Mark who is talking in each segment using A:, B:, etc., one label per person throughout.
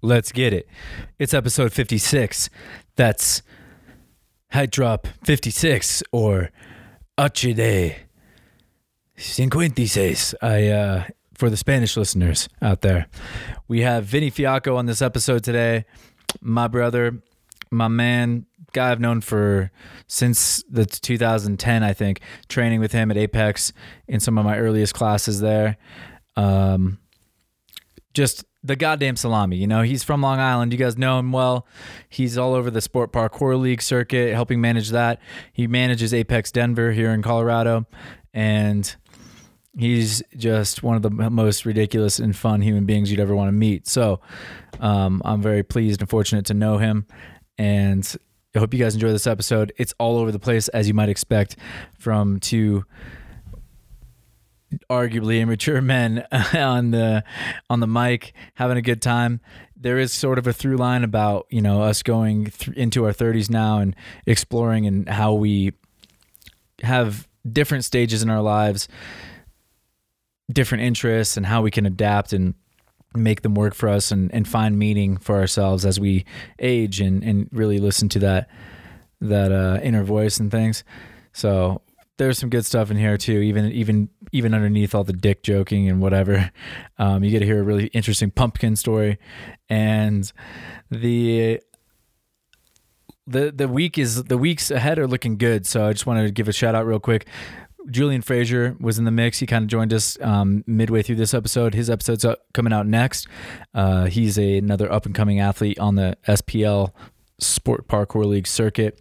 A: Let's get it. It's episode 56. That's Hype Drop 56 or HD 56. I, uh, for the Spanish listeners out there, we have Vinny Fiacco on this episode today. My brother, my man, guy I've known for since the 2010, I think, training with him at Apex in some of my earliest classes there. Um, just the goddamn salami. You know, he's from Long Island. You guys know him well. He's all over the Sport Parkour League circuit, helping manage that. He manages Apex Denver here in Colorado, and he's just one of the most ridiculous and fun human beings you'd ever want to meet. So, um, I'm very pleased and fortunate to know him, and I hope you guys enjoy this episode. It's all over the place, as you might expect, from two arguably immature men on the on the mic having a good time there is sort of a through line about you know us going th- into our 30s now and exploring and how we have different stages in our lives different interests and how we can adapt and make them work for us and, and find meaning for ourselves as we age and, and really listen to that that uh, inner voice and things. So there's some good stuff in here too. Even even even underneath all the dick joking and whatever, um, you get to hear a really interesting pumpkin story, and the the the week is the weeks ahead are looking good. So I just wanted to give a shout out real quick. Julian Frazier was in the mix. He kind of joined us um, midway through this episode. His episode's up, coming out next. Uh, he's a, another up and coming athlete on the SPL Sport Parkour League circuit.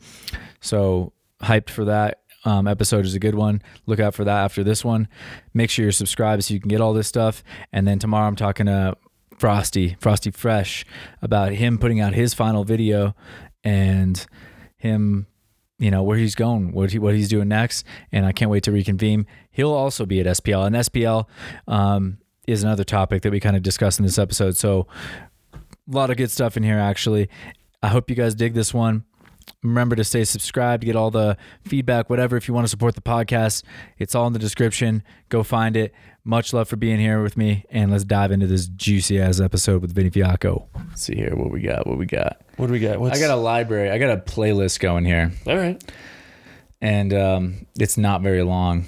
A: So hyped for that. Um, episode is a good one. Look out for that after this one. Make sure you're subscribed so you can get all this stuff. And then tomorrow I'm talking to Frosty, Frosty Fresh, about him putting out his final video and him, you know, where he's going, what he what he's doing next. And I can't wait to reconvene. He'll also be at SPL, and SPL um, is another topic that we kind of discussed in this episode. So a lot of good stuff in here actually i hope you guys dig this one remember to stay subscribed get all the feedback whatever if you want to support the podcast it's all in the description go find it much love for being here with me and let's dive into this juicy ass episode with vinny fiacco
B: Let's see here what we got. What we got.
C: What do we got? What's,
A: i got a library i got a playlist going here
B: All right.
A: and um, it's not very long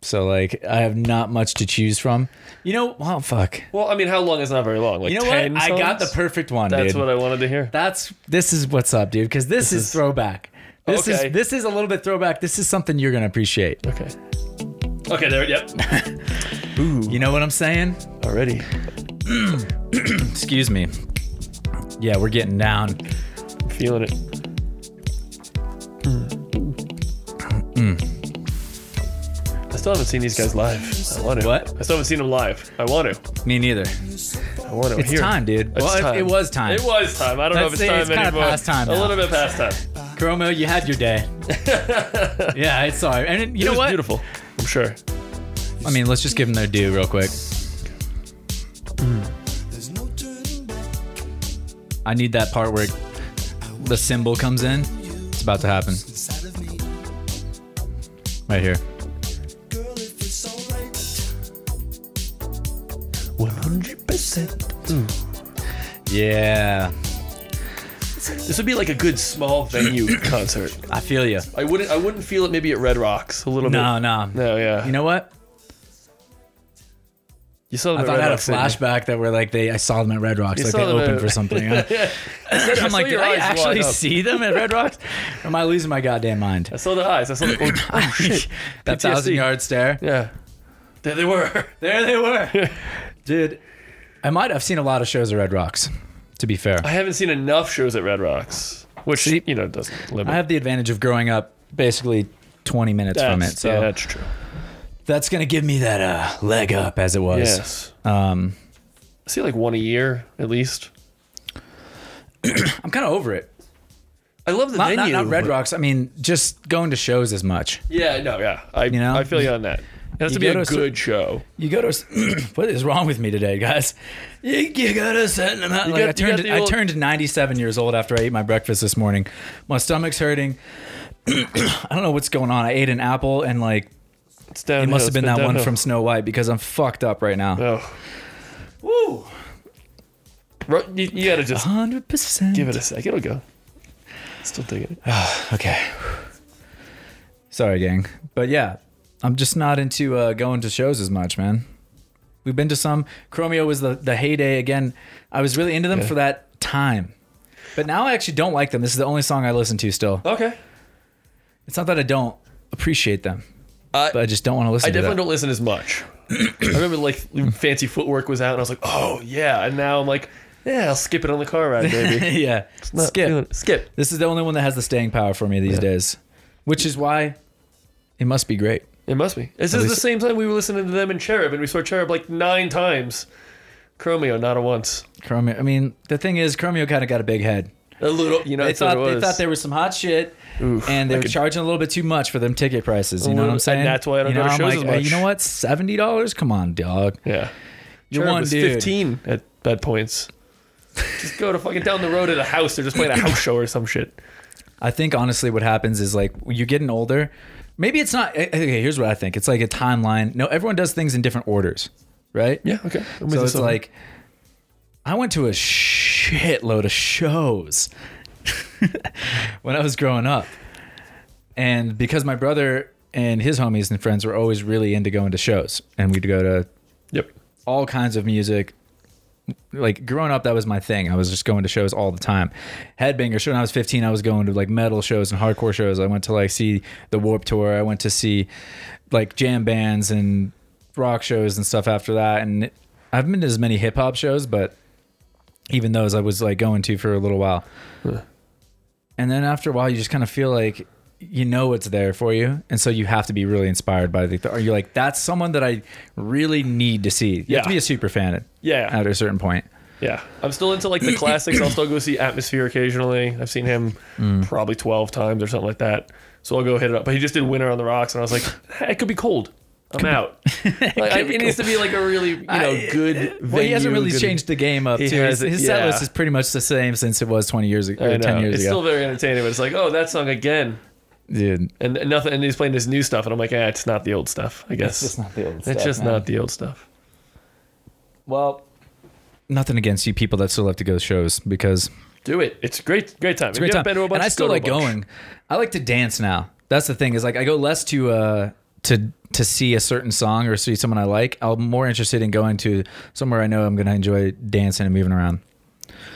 A: so like i have not much to choose from you know oh fuck
B: Well, I mean, how long is not very long? Like
A: you know what
B: 10
A: i got the
B: songs?
A: perfect one
B: That's
A: dude.
B: what I wanted to hear.
A: That's this is what's up, dude. Because this, is, throwback. This
B: Okay.
A: is this is a little bit throwback. This is something you're gonna appreciate.
B: Okay. Okay. There. Yep.
C: ooh
A: You know what I'm saying?
C: already.
A: Excuse me. Yeah, we're getting down.
B: Feeling it.
A: Hmm.
B: I still haven't seen these guys live. I want to.
A: What?
B: I still haven't seen them live. I want to.
A: Me neither.
B: I want to.
A: It's time, dude.
B: It's
A: well, it-
B: time.
A: It, was time.
B: It was time. I don't
A: Let's
B: know
A: say
B: if it's time
A: it's kinda
B: anymore.
A: past time
B: a
A: now.
B: little bit past time.
A: Chromo, you had your day. yeah, it's all right. And you
B: it
A: know
B: was
A: what?
B: beautiful. I'm sure.
A: I mean, let's just give them their due real quick. I need that part where the symbol comes in. It's about to happen. Right here.
B: 100%.
A: Yeah,
B: This would be like a good small venue concert.
A: I feel you.
B: I wouldn't. I wouldn't feel it. Maybe at Red Rocks a little
A: No,
B: bit.
A: no.
B: No. Yeah.
A: You know what?
B: you saw them
A: I
B: at
A: thought
B: Red
A: I had a
B: Rocks, didn't you?
A: flashback that were like they I saw them at Red Rocks,
B: You
A: like
B: saw
A: they
B: them
A: opened
B: at-
A: for something. I'm
B: saw
A: like, did
B: your
A: I
B: eyes light
A: actually
B: up.
A: see them at Red Rocks? Or am I losing my goddamn mind?
B: I saw the eyes. I saw the. Oh, oh, shit.
A: that
B: PTSD.
A: thousand yard stare.
B: Yeah. There they were.
A: There they were. Dude, I might have seen a lot of shows at Red Rocks, to be fair.
B: I haven't seen enough shows at Red Rocks, which
A: See-
B: you know doesn't
A: I
B: limit.
A: have the advantage of growing up basically 20 minutes
B: that's,
A: from it. So
B: yeah, that's true.
A: that's going to give me that uh, leg up, as it was.
B: Yes.
A: Um,
B: I see like one a year at least.
A: I'm kind of over it.
B: I love the
A: Not, not,
B: venue.
A: not Red
B: but-
A: Rocks. I mean, just going to shows as much.
B: Yeah. No. Yeah. I.
A: You know?
B: I feel you on that. It has
A: You
B: to be
A: go to
B: a
A: a cer-
B: good show.
A: You go to. a s- what is wrong with me today, guys? You, you go to a certain amount. Like I
B: got- you
A: turned.
B: got the
A: I
B: old-
A: turned 97 years old after I ate my breakfast this morning. My stomach's hurting. I don't know what's going on. I ate an apple and like
B: It's down.
A: it must have been that one from Snow White because I'm fucked up right now.
B: Oh.
A: Woo!
B: Ro- You, you gotta just
A: Hundred percent.
B: give it a sec. It'll go. Still digging it.
A: Okay. Sorry, gang. But yeah, I'm just not into uh, going to shows as much, man. We've been to some. Chromeo was the, the heyday again. I was really into them
B: Yeah.
A: for that time. But now I actually don't like them. This is the only song I listen to still.
B: Okay.
A: It's not that I don't appreciate them,
B: I,
A: but I just don't want to listen
B: I
A: to them.
B: definitely don't listen as much. I remember like fancy footwork was out, and I was like, oh yeah. And now I'm like, yeah, I'll skip it on the car ride, maybe.
A: yeah.
B: Not
A: Skip.
B: feeling- Skip.
A: This is the only one that has the staying power for me these days, which is why it must be great.
B: It must be. This is the
A: least-
B: same time we were listening to them in Cherub, and we saw Cherub like nine times. Chromeo, not a once.
A: Chromeo. I mean, the thing is, Chromeo kind of got a big head.
B: A little, you know,
A: they
B: that's what
A: thought
B: it
A: they
B: was.
A: thought there was some hot shit, and they were charging a little bit too much for them ticket prices. You know what
B: little-
A: I'm
B: and
A: saying?
B: that's why I don't
A: you
B: go
A: know,
B: to
A: I'm
B: shows
A: like,
B: as
A: "Hey, You
B: much."
A: know what? Seventy dollars? Come on, dog.
B: yeah.
A: You're
B: Cherub
A: one
B: was
A: dude.
B: 15 at bad points. just go to fucking down the road at a house. They're just playing a house show or some shit.
A: I think honestly, what happens is like when you're getting older. Maybe it's not. eh, Okay, here's what I think. It's like a timeline. No, everyone does things in different orders, right?
B: Yeah, okay. I'm with
A: So
B: you
A: it's
B: on that.
A: like I went to a shitload of shows when I was growing up. And because my brother and his homies and friends were always really into going to shows and we'd go to
B: yep.
A: all kinds of music. Like growing up, that was my thing. I was just going to shows all the time. Headbanger show. When I was 15, I was going to like metal shows and hardcore shows. I went to like see the Warp Tour. I went to see like jam bands and rock shows and stuff after that. And I've been to as many hip hop shows, but even those I was like going to for a little while. And then after a while, you just kind of feel like you know it's there for you, and so you have to be really inspired by the. Or you're like, that's someone that I really need to see. You have to
B: Yeah.
A: be a super fan at,
B: Yeah.
A: at a certain point.
B: Yeah, I'm still into like the classics. I'll still go see Atmosphere occasionally. I've seen him
A: Mm.
B: probably 12 times or something like that. So I'll go hit it up. But he just did Winter on the Rocks, and I was like, it could be cold. I'm out. Like, I, it needs to be like a really you know good. Venue,
A: uh, Well, he hasn't really
B: good-
A: changed the game up.
B: He
A: too. His,
B: hasn't-
A: his set
B: yeah.
A: list is pretty much the same since it was 20 years ago,
B: I
A: or
B: know.
A: 10 years
B: it's
A: ago.
B: still very entertaining, but it's like, oh, that song again,
A: Dude,
B: and and nothing. And he's playing this new stuff, and I'm like, ah, it's not the old stuff. I guess it's
A: not the old
B: just not the old stuff.
A: Well, nothing against you people that still have to go to shows because
B: Do it. It's great, great time.
A: It's a great time. and I still like going. I like to dance now. That's the thing is like I go less to uh to to see a certain song or see someone I like. I'm more interested in going to somewhere I know I'm gonna enjoy dancing and moving around.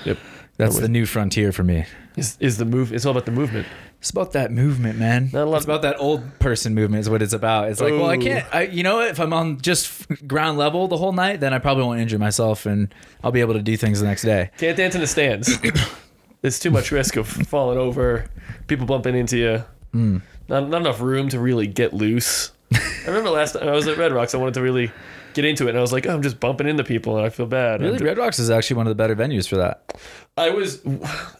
B: Yep.
A: That's
B: I'm
A: the new frontier for me.
B: Is, is the move? It's all about the movement.
A: It's about that movement, man.
B: Not a lot-
A: it's about that old person movement is what it's about. It's like, well, I
B: Ooh.
A: can't. I, you know, what? if I'm on just f- ground level the whole night, then I probably won't injure myself, and I'll be able to do things the next day.
B: Can't dance in the stands. There's too much risk of falling over, people bumping into you.
A: Hmm.
B: Not, not enough room to really get loose. I remember last time I was at Red Rocks, I wanted to really get into it, and I was like, oh, I'm just bumping into people, and I feel bad. I'm
A: Really,
B: ju-
A: Red Rocks is actually one of the better venues for that.
B: I was,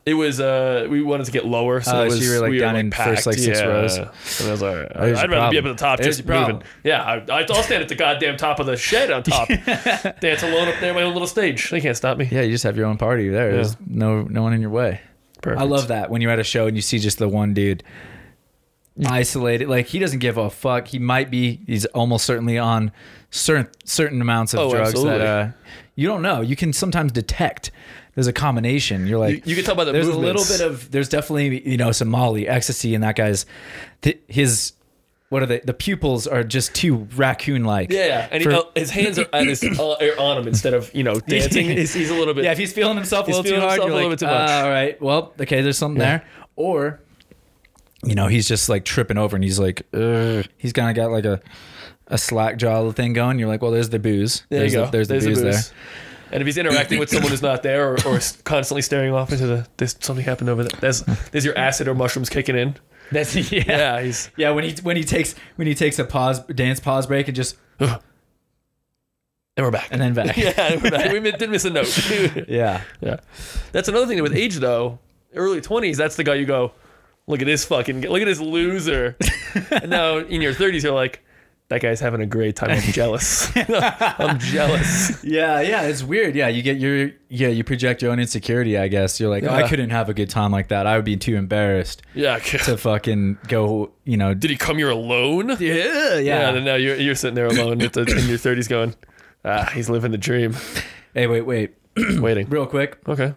B: it was, uh, we wanted to get lower, so
A: Oh,
B: it
A: so
B: was,
A: you were, like,
B: we
A: down in
B: packed,
A: first, like, six
B: yeah.
A: rows.
B: And I was like, all
A: There's
B: right, I'd
A: your
B: rather be up at
A: problem.
B: the top,
A: There's
B: just
A: your problem.
B: moving. Yeah, I, I- I'll stand at the goddamn top of the shed on top, dance alone up there, my own little stage. They can't stop me.
A: Yeah, you just have your own party there. There's no no one in your way.
B: Perfect.
A: I love that when you're at a show and you see just the one dude isolated. Like he doesn't give a fuck. He might be. He's almost certainly on certain certain amounts of
B: Oh,
A: drugs
B: absolutely.
A: that uh, you don't know. You can sometimes detect. There's a combination. You're like
B: You- you can tell by the
A: There's
B: movements.
A: a little bit of. There's definitely you know some Molly ecstasy in that guy's. Th- his what are they? The pupils are just too raccoon like.
B: Yeah, and he,
A: For-
B: uh, his hands are, at his, uh, are on him instead of you know dancing. he's, he's a little bit.
A: Yeah, if he's feeling himself a
B: He's
A: little too
B: feeling
A: hard,
B: himself
A: you're
B: a little
A: like,
B: bit too much.
A: "Ah, all right, well, okay, there's something there. Or, you know, he's just like tripping over and he's like, Ugh. he's kind of got like a a slack jaw thing going. You're like, well, there's the booze.
B: there
A: there's
B: you go.
A: The, there's, the booze, there.
B: And if he's interacting with someone who's not there, or, or s- constantly staring off into the, there's something happened over there. There's, there's your acid or mushrooms kicking in.
A: That's yeah. yeah.
B: Yeah, he's
A: when he when he takes when he takes a pause dance pause break and just
B: and we're back.
A: and then back.
B: yeah, we're back. we mi- did miss a note.
A: yeah.
B: yeah, that's another thing with age though. Early twenties, that's the guy you go, look at this fucking, look at this loser. and now in your thirties, you're like, that guy's having a great time. I'm jealous. I'm jealous.
A: Yeah, yeah, it's weird. Yeah, you get your yeah, you project your own insecurity, I guess. You're like, oh, I
B: Yeah.
A: couldn't have a good time like that. I would be too embarrassed
B: Yeah.
A: to fucking go, you know,
B: Did he come here alone? Yeah.
A: yeah,
B: and then now you're, you're sitting there alone with the, in your 30s going, ah, he's living the dream.
A: Hey, wait, wait.
B: Waiting.
A: Real quick,
B: Okay.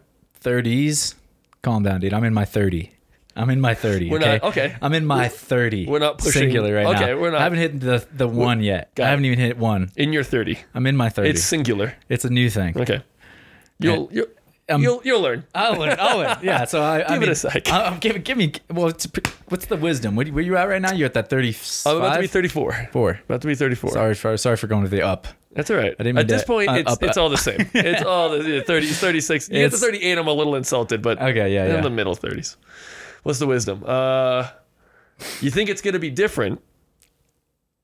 A: 30s. Calm down, dude. I'm in my 30. I'm in my 30.
B: We're
A: okay?
B: not- okay.
A: I'm in my 30.
B: we're not pushing-
A: singular right now.
B: okay, we're not-
A: I haven't hit the the one yet.
B: got
A: I haven't even hit one.
B: In your 30.
A: I'm in my 30.
B: It's
A: It's,
B: singular.
A: a new thing.
B: Okay. You'll you'll
A: Um,
B: you'll, you'll learn.
A: I'll learn. I'll learn. Yeah. So I give
B: it a sec.
A: I, I'm giving. Give me. Well, it's, what's the wisdom? What, where you at right now? You're at that 35.
B: I'm about to be 34.
A: Four.
B: About to be 34.
A: Sorry for sorry for going to the up.
B: That's all right.
A: didn't mean
B: At this
A: to-
B: point,
A: uh,
B: it's,
A: up-
B: it's all the same. it's all the yeah, 30, 36. You get to
A: It's-
B: 38, I'm a little insulted, but
A: Okay, yeah,
B: in
A: yeah.
B: the middle 30s. What's the wisdom? Uh, you think it's going to be different.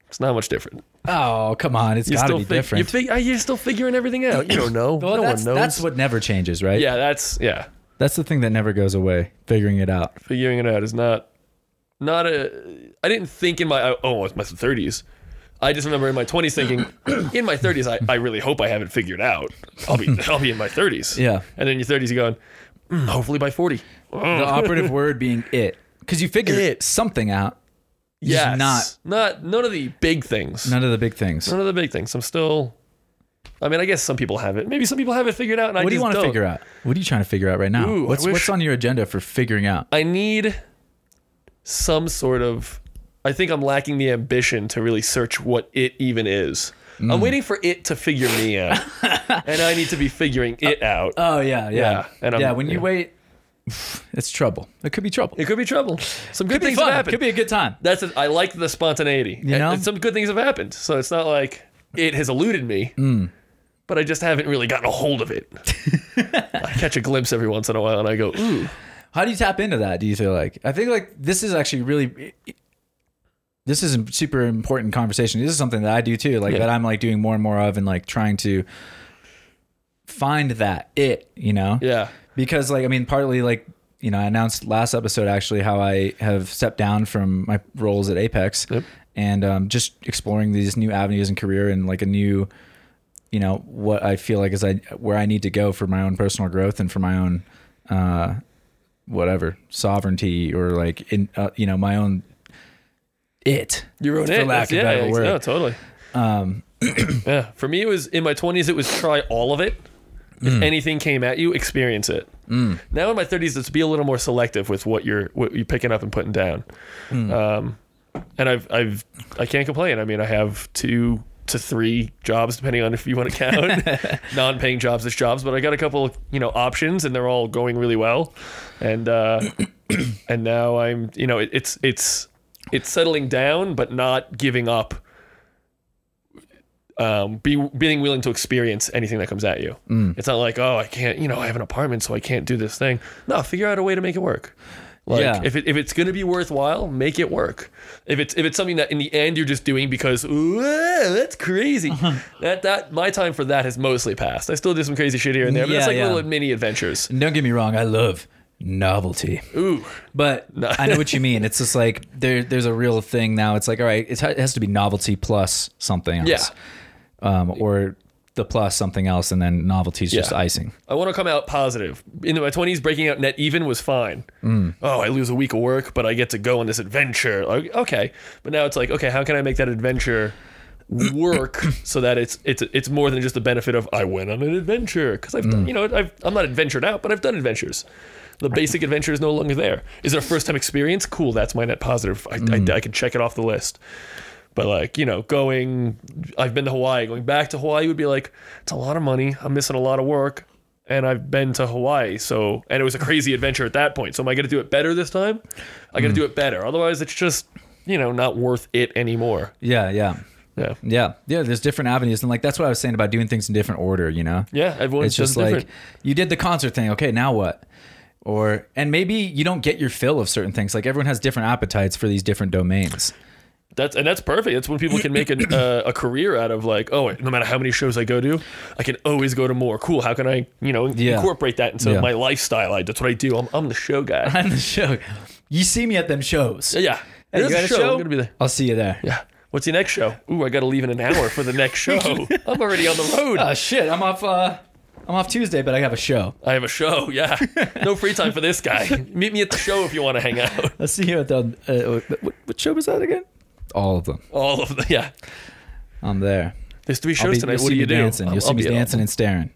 B: It's not much different.
A: Oh come on! It's
B: You
A: got to
B: still
A: be
B: fig-
A: different.
B: You fig- uh, you're still figuring everything out. You don't know.
A: well,
B: no
A: that's,
B: one knows.
A: that's what never changes, right?
B: yeah, that's yeah.
A: That's the thing that never goes away. Figuring it out.
B: Figuring it out is not not a. I didn't think in my oh it's my 30s. I just remember in my 20s thinking, in my 30s, I, I really hope I have it figured out. I'll be I'll be in my 30s.
A: Yeah.
B: And then in your 30s, you're going, "Mm, hopefully by 40.
A: the operative word being it because you figure
B: It.
A: something out Just
B: Yes.
A: not
B: not none of the big things.
A: none of the big things
B: None of the big things. I'm still. I mean, I guess some people have it. Maybe some people have it figured out. And I
A: what do you
B: want to
A: figure out what are you trying to figure out right now
B: Ooh, I
A: what's
B: wish-
A: what's on your agenda for figuring out
B: I need some sort of. I think I'm lacking the ambition to really search what it even is.
A: Mm.
B: I'm waiting for it to figure me out, and I need to be figuring it out.
A: oh yeah
B: Yeah, and I'm-
A: yeah when
B: yeah.
A: you wait it's trouble it could be trouble
B: it could be trouble. Some good
A: could be
B: things have
A: fun
B: happened.
A: could be a good time
B: That's it. I like the spontaneity.
A: You know?
B: And some good things have happened. So it's not like it has eluded me,
A: Mm.
B: but I just haven't really gotten a hold of it. I catch a glimpse every once in a while and I go, ooh,
A: how do you tap into that do you feel like i think like this is actually really this is a super important conversation this is something that i do too like that i'm like doing more and more of and like trying to find that it you know
B: yeah,
A: because like i mean partly like you know i announced last episode actually how i have stepped down from my roles at apex
B: Yep.
A: and um, just exploring these new avenues and career and like a new you know what i feel like is i where i need to go for my own personal growth and for my own uh whatever sovereignty or like in uh, you know my own it
B: you wrote
A: for
B: it.
A: lack
B: That's-
A: of a
B: yeah,
A: better word
B: No, totally. Um, yeah, for me, it was in my 20s, it was try all of it. If
A: Mm.
B: anything came at you, experience it. Now in my 30s, it's be a little more selective with what you're what you're picking up and putting down.
A: Mm.
B: Um, and I've I've I can't complain. I mean, I have two to three jobs depending on if you want to count non-paying jobs as jobs, but I got a couple of, you know options and they're all going really well. And uh, and now I'm you know it, it's it's it's settling down, but not giving up. Um, be being willing to experience anything that comes at you.
A: Mm.
B: It's not like oh I can't you know I have an apartment so I can't do this thing. No, figure out a way to make it work. Like
A: Yeah.
B: if it, if it's gonna be worthwhile, make it work. If it's if it's something that in the end you're just doing because "Ooh, that's crazy. That that my time for that has mostly passed. I still do some crazy shit here and there, but it's
A: Yeah,
B: like
A: yeah.
B: little mini adventures.
A: And don't get me wrong i love novelty
B: Ooh,
A: But I know what you mean. It's just like there, there's a real thing now. It's like all right, it's, it has to be novelty plus something else,
B: Yeah.
A: um, or the plus something else, and then novelty's just
B: Yeah.
A: icing.
B: I want to come out positive. In my twenties, breaking out net even was fine. Oh, I lose a week of work, but I get to go on this adventure. Like, okay, but now it's like, okay, how can I make that adventure work so that it's it's it's more than just the benefit of I went on an adventure because I've done, you know I've, I'm not adventured out, but I've done adventures. The basic adventure is no longer there. Is it a first time experience? Cool, that's my net positive. I, I, I can check it off the list. But like, you know, going I've been to Hawaii, going back to Hawaii would be like, it's a lot of money. I'm missing a lot of work. And I've been to Hawaii, so and it was a crazy adventure at that point. So am I gonna do it better this time? I
A: Hmm.
B: gotta do it better. Otherwise it's just, you know, not worth it anymore.
A: Yeah, yeah,
B: Yeah.
A: yeah, yeah. There's different avenues, and like that's what I was saying about doing things in different order. You know,
B: Yeah, everyone's
A: it's just
B: does
A: like
B: different.
A: you did the concert thing. Okay, now what? Or and maybe you don't get your fill of certain things. Like everyone has different appetites for these different domains.
B: That's and that's perfect. That's when people can make an, uh, a career out of like, oh, no matter how many shows I go to, I can always go to more. Cool. How can I, you know,
A: Yeah.
B: incorporate that into
A: Yeah.
B: my lifestyle? I, that's what I do. I'm, I'm the show guy.
A: I'm the show. You see me at them shows.
B: Yeah.
A: Hey,
B: There's
A: you got a
B: I'm
A: show?
B: gonna be there.
A: I'll see you there.
B: Yeah. What's your next show? Ooh, I got to leave in an hour for the next show. I'm already on the road.
A: Oh shit, I'm off. Uh, I'm off Tuesday, but I have a show.
B: I have a show. Yeah. No free time for this guy. Meet me at the show if you want to hang out.
A: I'll see you at the. Uh, what, what show was that again? All of them.
B: All of the yeah.
A: I'm there.
B: There's three
A: I'll
B: shows
A: be-
B: tonight.
A: you'll
B: What
A: see
B: do you
A: me
B: do?
A: dancing.
B: I'll-
A: You'll see
B: I'll
A: me
B: be at all of
A: dancing
B: them.
A: and staring.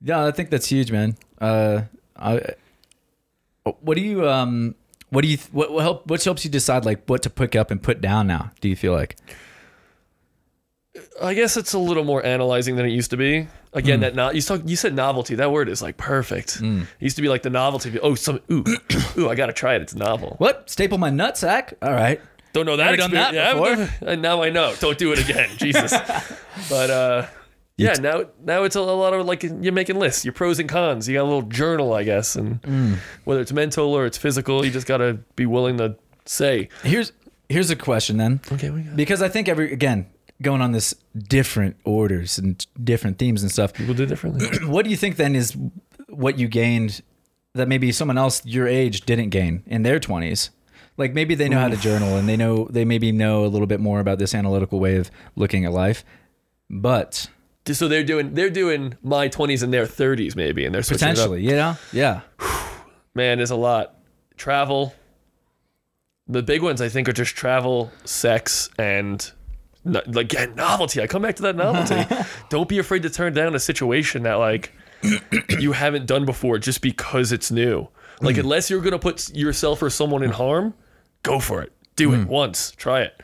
A: Yeah, I think that's huge, man. Uh, I, uh, what do you um, what do you what, what help what helps you decide like what to pick up and put down now? Do you feel like?
B: I guess it's a little more analyzing than it used to be.
A: Hmm.
B: Again, that no, you talk, you said novelty. That word is like perfect. It used to be like the novelty. Oh, some ooh, ooh, I gotta try it. It's novel.
A: What staple my nutsack? All right.
B: Don't know that
A: Never done that
B: experience. yeah, I've
A: before.
B: never- and now I know. Don't do it again, Jesus. But uh, yeah, now now it's a lot of like you're making lists, your pros and cons. You got a little journal, I guess, and whether it's mental or it's physical, you just gotta be willing to say.
A: Here's here's a question then.
B: Okay, we got.
A: Because I think every again going on this different orders and different themes and stuff.
B: People do differently.
A: what do you think then is what you gained that maybe someone else your age didn't gain in their 20s like maybe they know how to journal and they know they maybe know a little bit more about this analytical way of looking at life but
B: so they're doing they're doing my 20s and their 30s maybe, and they're switching it up.
A: potentially you know yeah
B: man, there's a lot. Travel. The big ones I think are just travel, sex, and no, like yeah, novelty. I come back to that novelty. Don't be afraid to turn down a situation that like you haven't done before just because it's new. Like unless you're gonna put yourself or someone in harm, go for it. Do it once. Try it.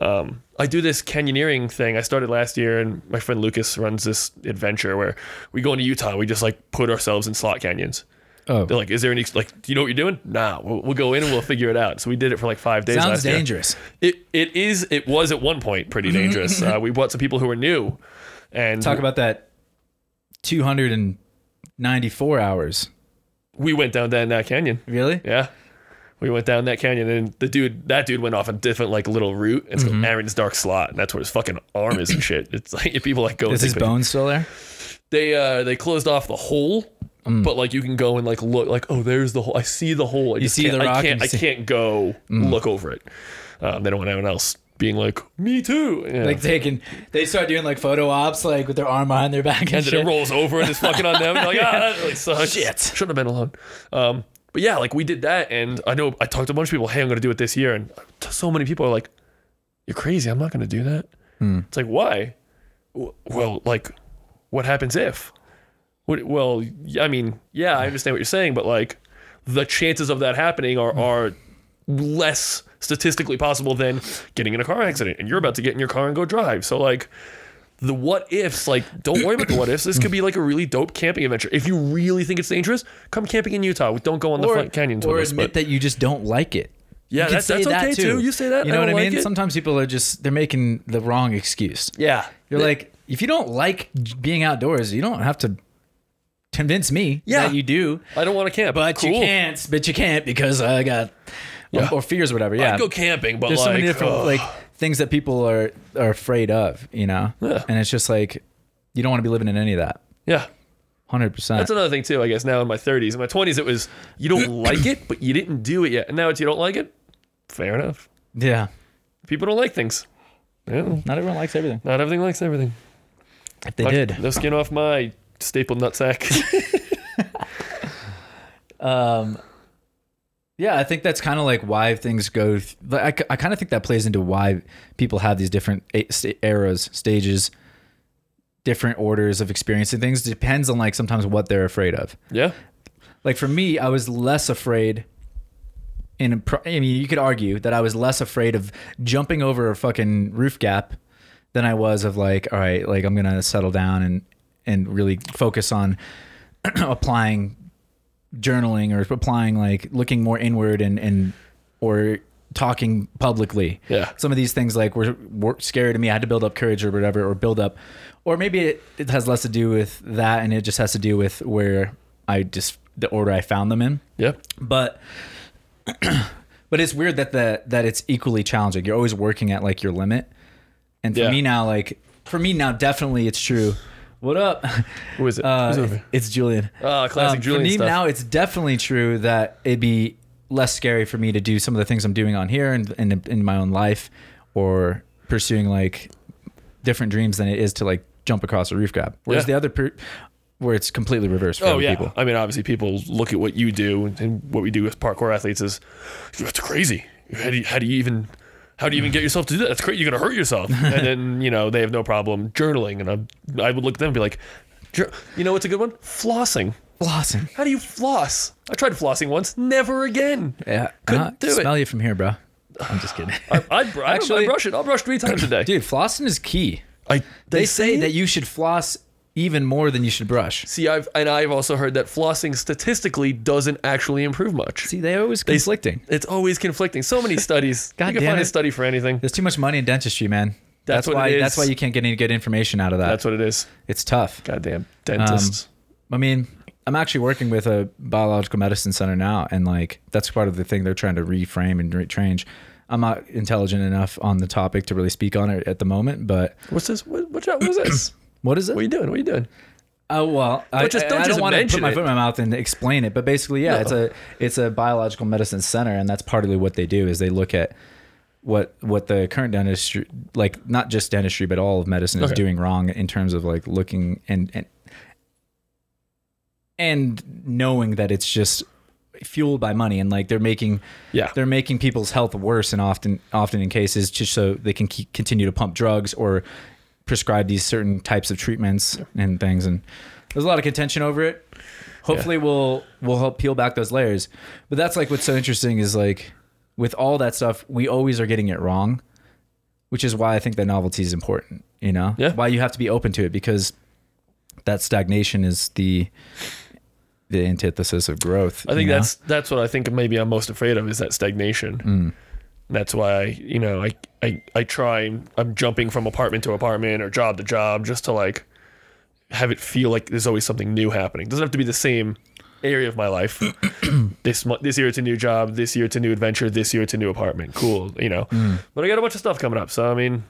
B: Um, I do this canyoneering thing I started last year, and my friend Lucas runs this adventure where we go into Utah. We just like put ourselves in slot canyons.
A: oh
B: They're like, is there any, like, do you know what you're doing? Nah, we'll, we'll go in and we'll figure it out. So we did it for like five days
A: sounds
B: last year.
A: dangerous Mm-hmm.
B: It, it is, it was at one point pretty dangerous. uh, we brought some people who were new and
A: talk about that 294 hours
B: we went down that, that canyon.
A: really
B: Yeah. We went down that canyon and the dude, that dude went off a different like little route. It's
A: Mm-hmm.
B: called Aaron's Dark Slot. And that's where his fucking arm is and shit. It's like, if people like go and
A: is
B: take
A: his
B: pictures.
A: bone still there
B: they uh they closed off the hole
A: Mm.
B: but like you can go and like look like oh there's the hole i see the hole I you
A: see the
B: i
A: rock and
B: can't i
A: see- Mm.
B: can't go look over it um, they don't want anyone else being like me too yeah.
A: like they can they start doing like photo ops like with their arm behind their back and,
B: and then
A: shit.
B: it rolls over and it's fucking on them. They're like, ah, that really sucks.
A: Shit.
B: Shouldn't have been alone. Um, but yeah, like we did that, and I know I talked to a bunch of people. Hey, I'm gonna do it this year, and t- so many people are like, "You're crazy. I'm not gonna do that."
A: Hmm.
B: It's like, why? W- Well, like, what happens if? What, well, y- I mean, yeah, I understand what you're saying, but like, the chances of that happening are are less statistically possible than getting in a car accident, and you're about to get in your car and go drive. So like, the what ifs, like, don't worry about the what ifs. This could be like a really dope camping adventure. If you really think it's dangerous, come camping in Utah. Don't go on the front canyons
A: or
B: with us.
A: admit
B: But
A: that you just don't like it.
B: Yeah,
A: You can
B: that's-
A: say
B: that's
A: that
B: okay, too. You say that,
A: You
B: I
A: know what I
B: don't like
A: mean?
B: it.
A: Sometimes people are just they're making the wrong excuse.
B: yeah,
A: You're like, if you don't like j- being outdoors, you don't have to convince me
B: Yeah.
A: that you do.
B: I don't want to camp,
A: But you
B: Cool.
A: can't. But you can't because I got or, or fears, or whatever. Yeah,
B: I'd go camping, but
A: there's
B: like,
A: so many different
B: ugh.
A: like things that people are are afraid of. You know,
B: Yeah.
A: and it's just like you don't want to be living in any of that.
B: yeah.
A: Hundred percent.
B: That's another thing too. I guess now in my 30s, in my 20s, it was you don't like it, but you didn't do it yet, and now it's you don't like it. Fair enough.
A: Yeah,
B: People don't like things. Yeah,
A: not everyone likes everything.
B: not everything likes everything.
A: If they
B: Fuck,
A: did,
B: No skin off my staple nutsack.
A: Um, yeah, I think that's kind of like why things go. Th- like, I, kind of think that plays into why people have these different a- sta- eras, stages, different orders of experiencing things. Depends on like sometimes what they're afraid of.
B: yeah.
A: Like for me, I was less afraid. In a pro- I mean, you could argue that I was less afraid of jumping over a fucking roof gap than I was of like, all right, like I'm gonna settle down and and really focus on applying journaling or applying like looking more inward and and or talking publicly.
B: Yeah.
A: Some of these things like were, were scary to me. I had to build up courage or whatever or build up or maybe it, it has less to do with that and it just has to do with where I just the order I found them in
B: Yeah.
A: but but it's weird that the that it's equally challenging you're always working at like your limit and for
B: Yeah.
A: me now like for me now definitely it's true what up
B: Who is it? Who's over
A: uh,
B: here?
A: it's julian Um,
B: Ah, classic Julian
A: for me
B: stuff.
A: now it's definitely true that it'd be less scary for me to do some of the things i'm doing on here and, and in my own life or pursuing like different dreams than it is to like jump across a roof grab whereas
B: Yeah.
A: the other per- where it's completely reversed for
B: Oh
A: other
B: yeah.
A: people
B: I mean, obviously, people look at what you do and, and what we do as parkour athletes is that's crazy. How do you, how do you even how do you even get yourself to do that? That's crazy. You're gonna hurt yourself. and then you know they have no problem journaling, and I'm, I would look at them and be like, Dr- You know what's a good one? Flossing.
A: Flossing.
B: How do you floss? I tried flossing once. Never again.
A: Yeah.
B: Couldn't
A: Uh,
B: do it.
A: Smell you from here, bro. I'm just kidding.
B: I, I, br-
A: Actually-
B: I, Actually, I brush it. I'll brush three times a day.
A: Dude, flossing is key.
B: I,
A: They, say that you should floss even more than you should brush.
B: See, I've and I've also heard that flossing statistically doesn't actually improve much.
A: See, they always conflicting.
B: It's always conflicting. So many studies.
A: God
B: you can
A: damn
B: find
A: it.
B: a study for anything.
A: There's too much money in dentistry, man.
B: That's what
A: why.
B: it
A: That's
B: is.
A: why you can't get any good information out of that.
B: That's what it is.
A: it's tough.
B: Goddamn
A: Um,
B: dentists.
A: I mean, I'm actually working with a biological medicine center now, and like that's part of the thing they're trying to reframe and rechange. I'm not intelligent enough on the topic to really speak on it at the moment, but
B: What's this? What, what, what is this?
A: what is
B: What are
A: it?
B: you doing? What are you doing?
A: Oh well, I,
B: just-
A: I-
B: don't
A: I
B: just
A: want to put
B: mention
A: my
B: it.
A: foot in my mouth and explain it, but basically, yeah,
B: No.
A: it's a it's a biological medicine center, and that's partly what they do is they look at what what the current dentistry, like not just dentistry, but all of medicine is
B: Okay.
A: doing wrong in terms of like looking and and and knowing that it's just fueled by money and like they're making
B: Yeah.
A: they're making people's health worse and often often in cases just so they can keep, continue to pump drugs or prescribe these certain types of treatments and things and there's a lot of contention over it hopefully we'll we'll help peel back those layers but that's like what's so interesting is like with all that stuff we always are getting it wrong which is why i think that novelty is important you know
B: Yeah.
A: why you have to be open to it because that stagnation is the the antithesis of growth
B: I think
A: you know?
B: that's that's what I think maybe I'm most afraid of is that stagnation.
A: Mm.
B: That's why I, you know, I, I I try. I'm jumping from apartment to apartment or job to job just to like have it feel like there's always something new happening. doesn't have to be the same area of my life. this mo- this year it's a new job. This year it's a new adventure. This year it's a new apartment. Cool, you know. But I got a bunch of stuff coming up, so I mean,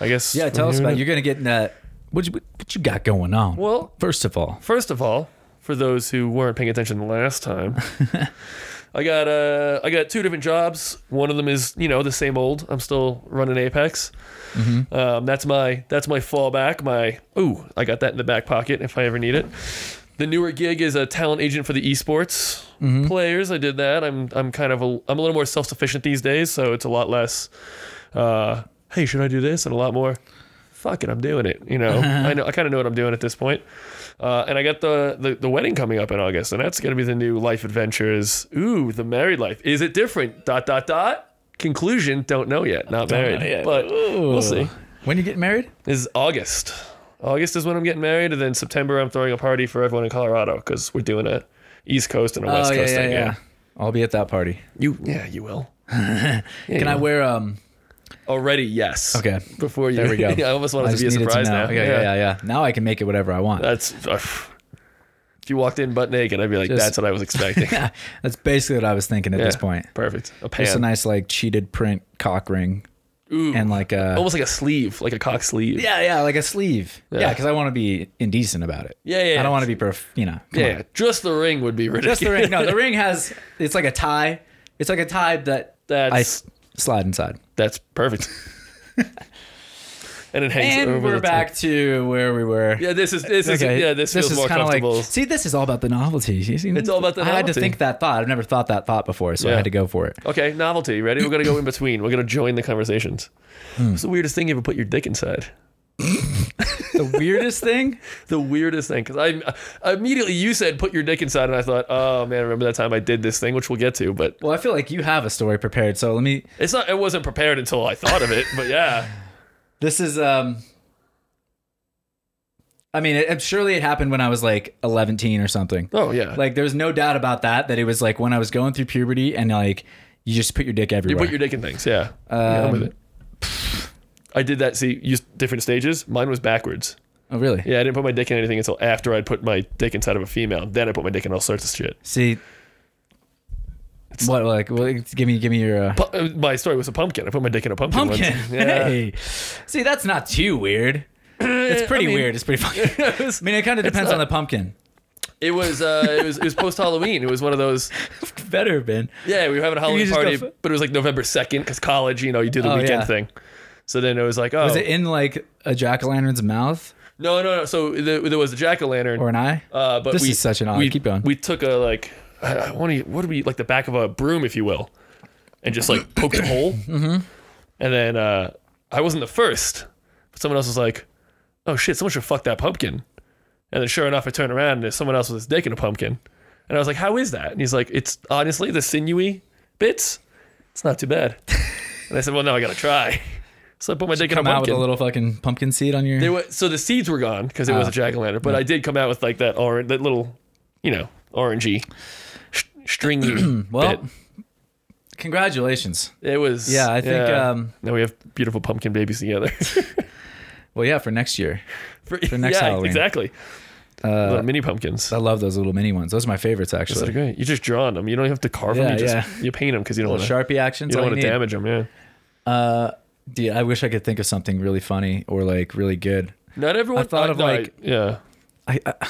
B: I guess
A: Mm. Yeah, tell us about it. you're gonna get in that. What you what you got going on?
B: Well,
A: first of all,
B: First of all, for those who weren't paying attention last time, I got uh, I got two different jobs. One of them is you know the same old. I'm still running Apex. Um, that's my that's my fallback. My ooh, I got that in the back pocket if I ever need it. The newer gig is a talent agent for the esports players. I did that. I'm I'm kind of a I'm a little more self sufficient these days, so it's a lot less. Uh, hey, should I do this? And a lot more. Fuck it, I'm doing it. You know, I know I kind of know what I'm doing at this point. Uh, and I got the, the the wedding coming up in August, and that's gonna be the new life adventures. Ooh, the married life. Is it different? Dot dot dot. Conclusion: Don't know yet. Not married,
A: yet.
B: but we'll see
A: when you get married,
B: is August. August is when I'm getting married, and then September I'm throwing a party for everyone in Colorado because we're doing a East Coast
A: Oh,
B: and a West Coast thing. Yeah.
A: I'll be at that party.
B: you yeah you will.
A: Can I wear um?
B: Already yes.
A: Okay.
B: Before you
A: There we go.
B: yeah, I almost wanted to
A: just
B: be a
A: needed
B: surprise
A: know.
B: now.
A: Okay, yeah. yeah, yeah, Now I can make it whatever I want.
B: That's if you walked in butt naked, I'd be like,
A: Just-
B: that's what I was expecting. At
A: That's basically what I was thinking at this point.
B: perfect. A pan.
A: Just a nice like cheated print cock ring
B: Ooh,
A: and like a
B: almost like a sleeve, like a cock sleeve.
A: yeah, yeah, like a sleeve. Yeah,
B: Yeah.
A: because I want to be indecent about it.
B: Yeah, yeah,
A: I don't
B: yeah.
A: want to be perf. You know. come
B: Yeah,
A: on.
B: yeah. Just the ring would be ridiculous.
A: Just the ring. No, the ring has. It's like a tie. It's like a tie that
B: That's
A: I s- slide inside.
B: that's perfect. and it hangs
A: And
B: over
A: we're
B: the top.
A: back to where we were.
B: Yeah, this is this is yeah, this, feels more
A: kinda
B: comfortable.
A: Like, see, this is all about the novelty. You see,
B: It's all about the
A: I had to
B: novelty.
A: think that thought. I've never thought that thought before, so I
B: Yeah.
A: had to go for it.
B: Okay, novelty. Ready? We're gonna go in between. We're gonna join the conversations.
A: Hmm.
B: What's the weirdest thing you ever put your dick inside?
A: The weirdest thing.
B: The weirdest thing, because I, I immediately you said put your dick inside, and I thought, oh man, I remember that time I did this thing, which we'll get to, but
A: Well, I feel like you have a story prepared, so let me.
B: it's not. It wasn't prepared until I thought of it, but yeah,
A: This is um. I mean, it, surely it happened when I was like 11 or something.
B: oh yeah,
A: Like, there's no doubt about that. That it was like when I was going through puberty, and like you just put your dick
B: you
A: everywhere.
B: put your dick in things, yeah. yeah I'm with
A: Um,
B: it. I did that. See, use different stages. Mine was backwards.
A: oh, really?
B: Yeah, I didn't put my dick in anything until after I'd put my dick inside of a female. Then I put my dick in all sorts of shit.
A: See, what like? Well, give me, give me your uh,
B: Pu- uh, my story was a pumpkin. I put my dick in a pumpkin. once.
A: pumpkin.
B: Yeah. Uh,
A: Hey, see, that's not too weird. It's pretty
B: I mean-
A: weird. It's pretty fucking.
B: it was
A: I mean, it kind of depends on the pumpkin.
B: it was uh, it was, it was post Halloween. It was one of those.
A: Better have been.
B: Yeah, we were having a Halloween
A: just go
B: party,
A: f-
B: but it was like November second because college. You know, you do the
A: Oh,
B: weekend
A: yeah.
B: thing. So then it was like, oh
A: Was it in like a jack o' lantern's mouth
B: no, no, no. So the, there was a jack o' lantern.
A: or an eye?
B: Uh, but
A: This
B: we,
A: is such an odd-
B: We,
A: keep going.
B: We took a like, I want to. What do we like the back of a broom, if you will, and just like poked a hole. Mm-hmm. And then uh, I wasn't the first, but someone else was like, "Oh shit, someone should fuck that pumpkin." And then sure enough, I turned around and there's someone else with his dick in a pumpkin. And I was like, how is that? And he's like, it's honestly the sinewy bits. It's not too bad. And I said, well, now I got to try. So I put my dick in a
A: Come out with
B: pumpkin.
A: a little fucking pumpkin seed on your.
B: They were, so the seeds were gone because it
A: Ah.
B: was a jack o' lantern. But I did come out with like that orange, that little, you know, orangey sh- stringy
A: well,
B: bit.
A: congratulations.
B: It was.
A: Yeah, I think,
B: yeah.
A: um,
B: now we have beautiful pumpkin babies together
A: Well, yeah, for next year.
B: for,
A: next
B: yeah,
A: Halloween. Uh,
B: Exactly. Little mini pumpkins.
A: I love those little mini ones. Those are my favorites,
B: Those are
A: actually.
B: great. You just draw on them. You don't have to carve
A: Yeah,
B: them. You just
A: yeah.
B: you paint them because you don't want
A: Little
B: to.
A: Sharpie actions.
B: You don't
A: all
B: want to
A: need. Uh,
B: damage them. Yeah.
A: Dude, I wish I could think of something really funny or like really good.
B: Not everyone.
A: I thought
B: uh,
A: of,
B: no, I-
A: like-
B: yeah.
A: I I,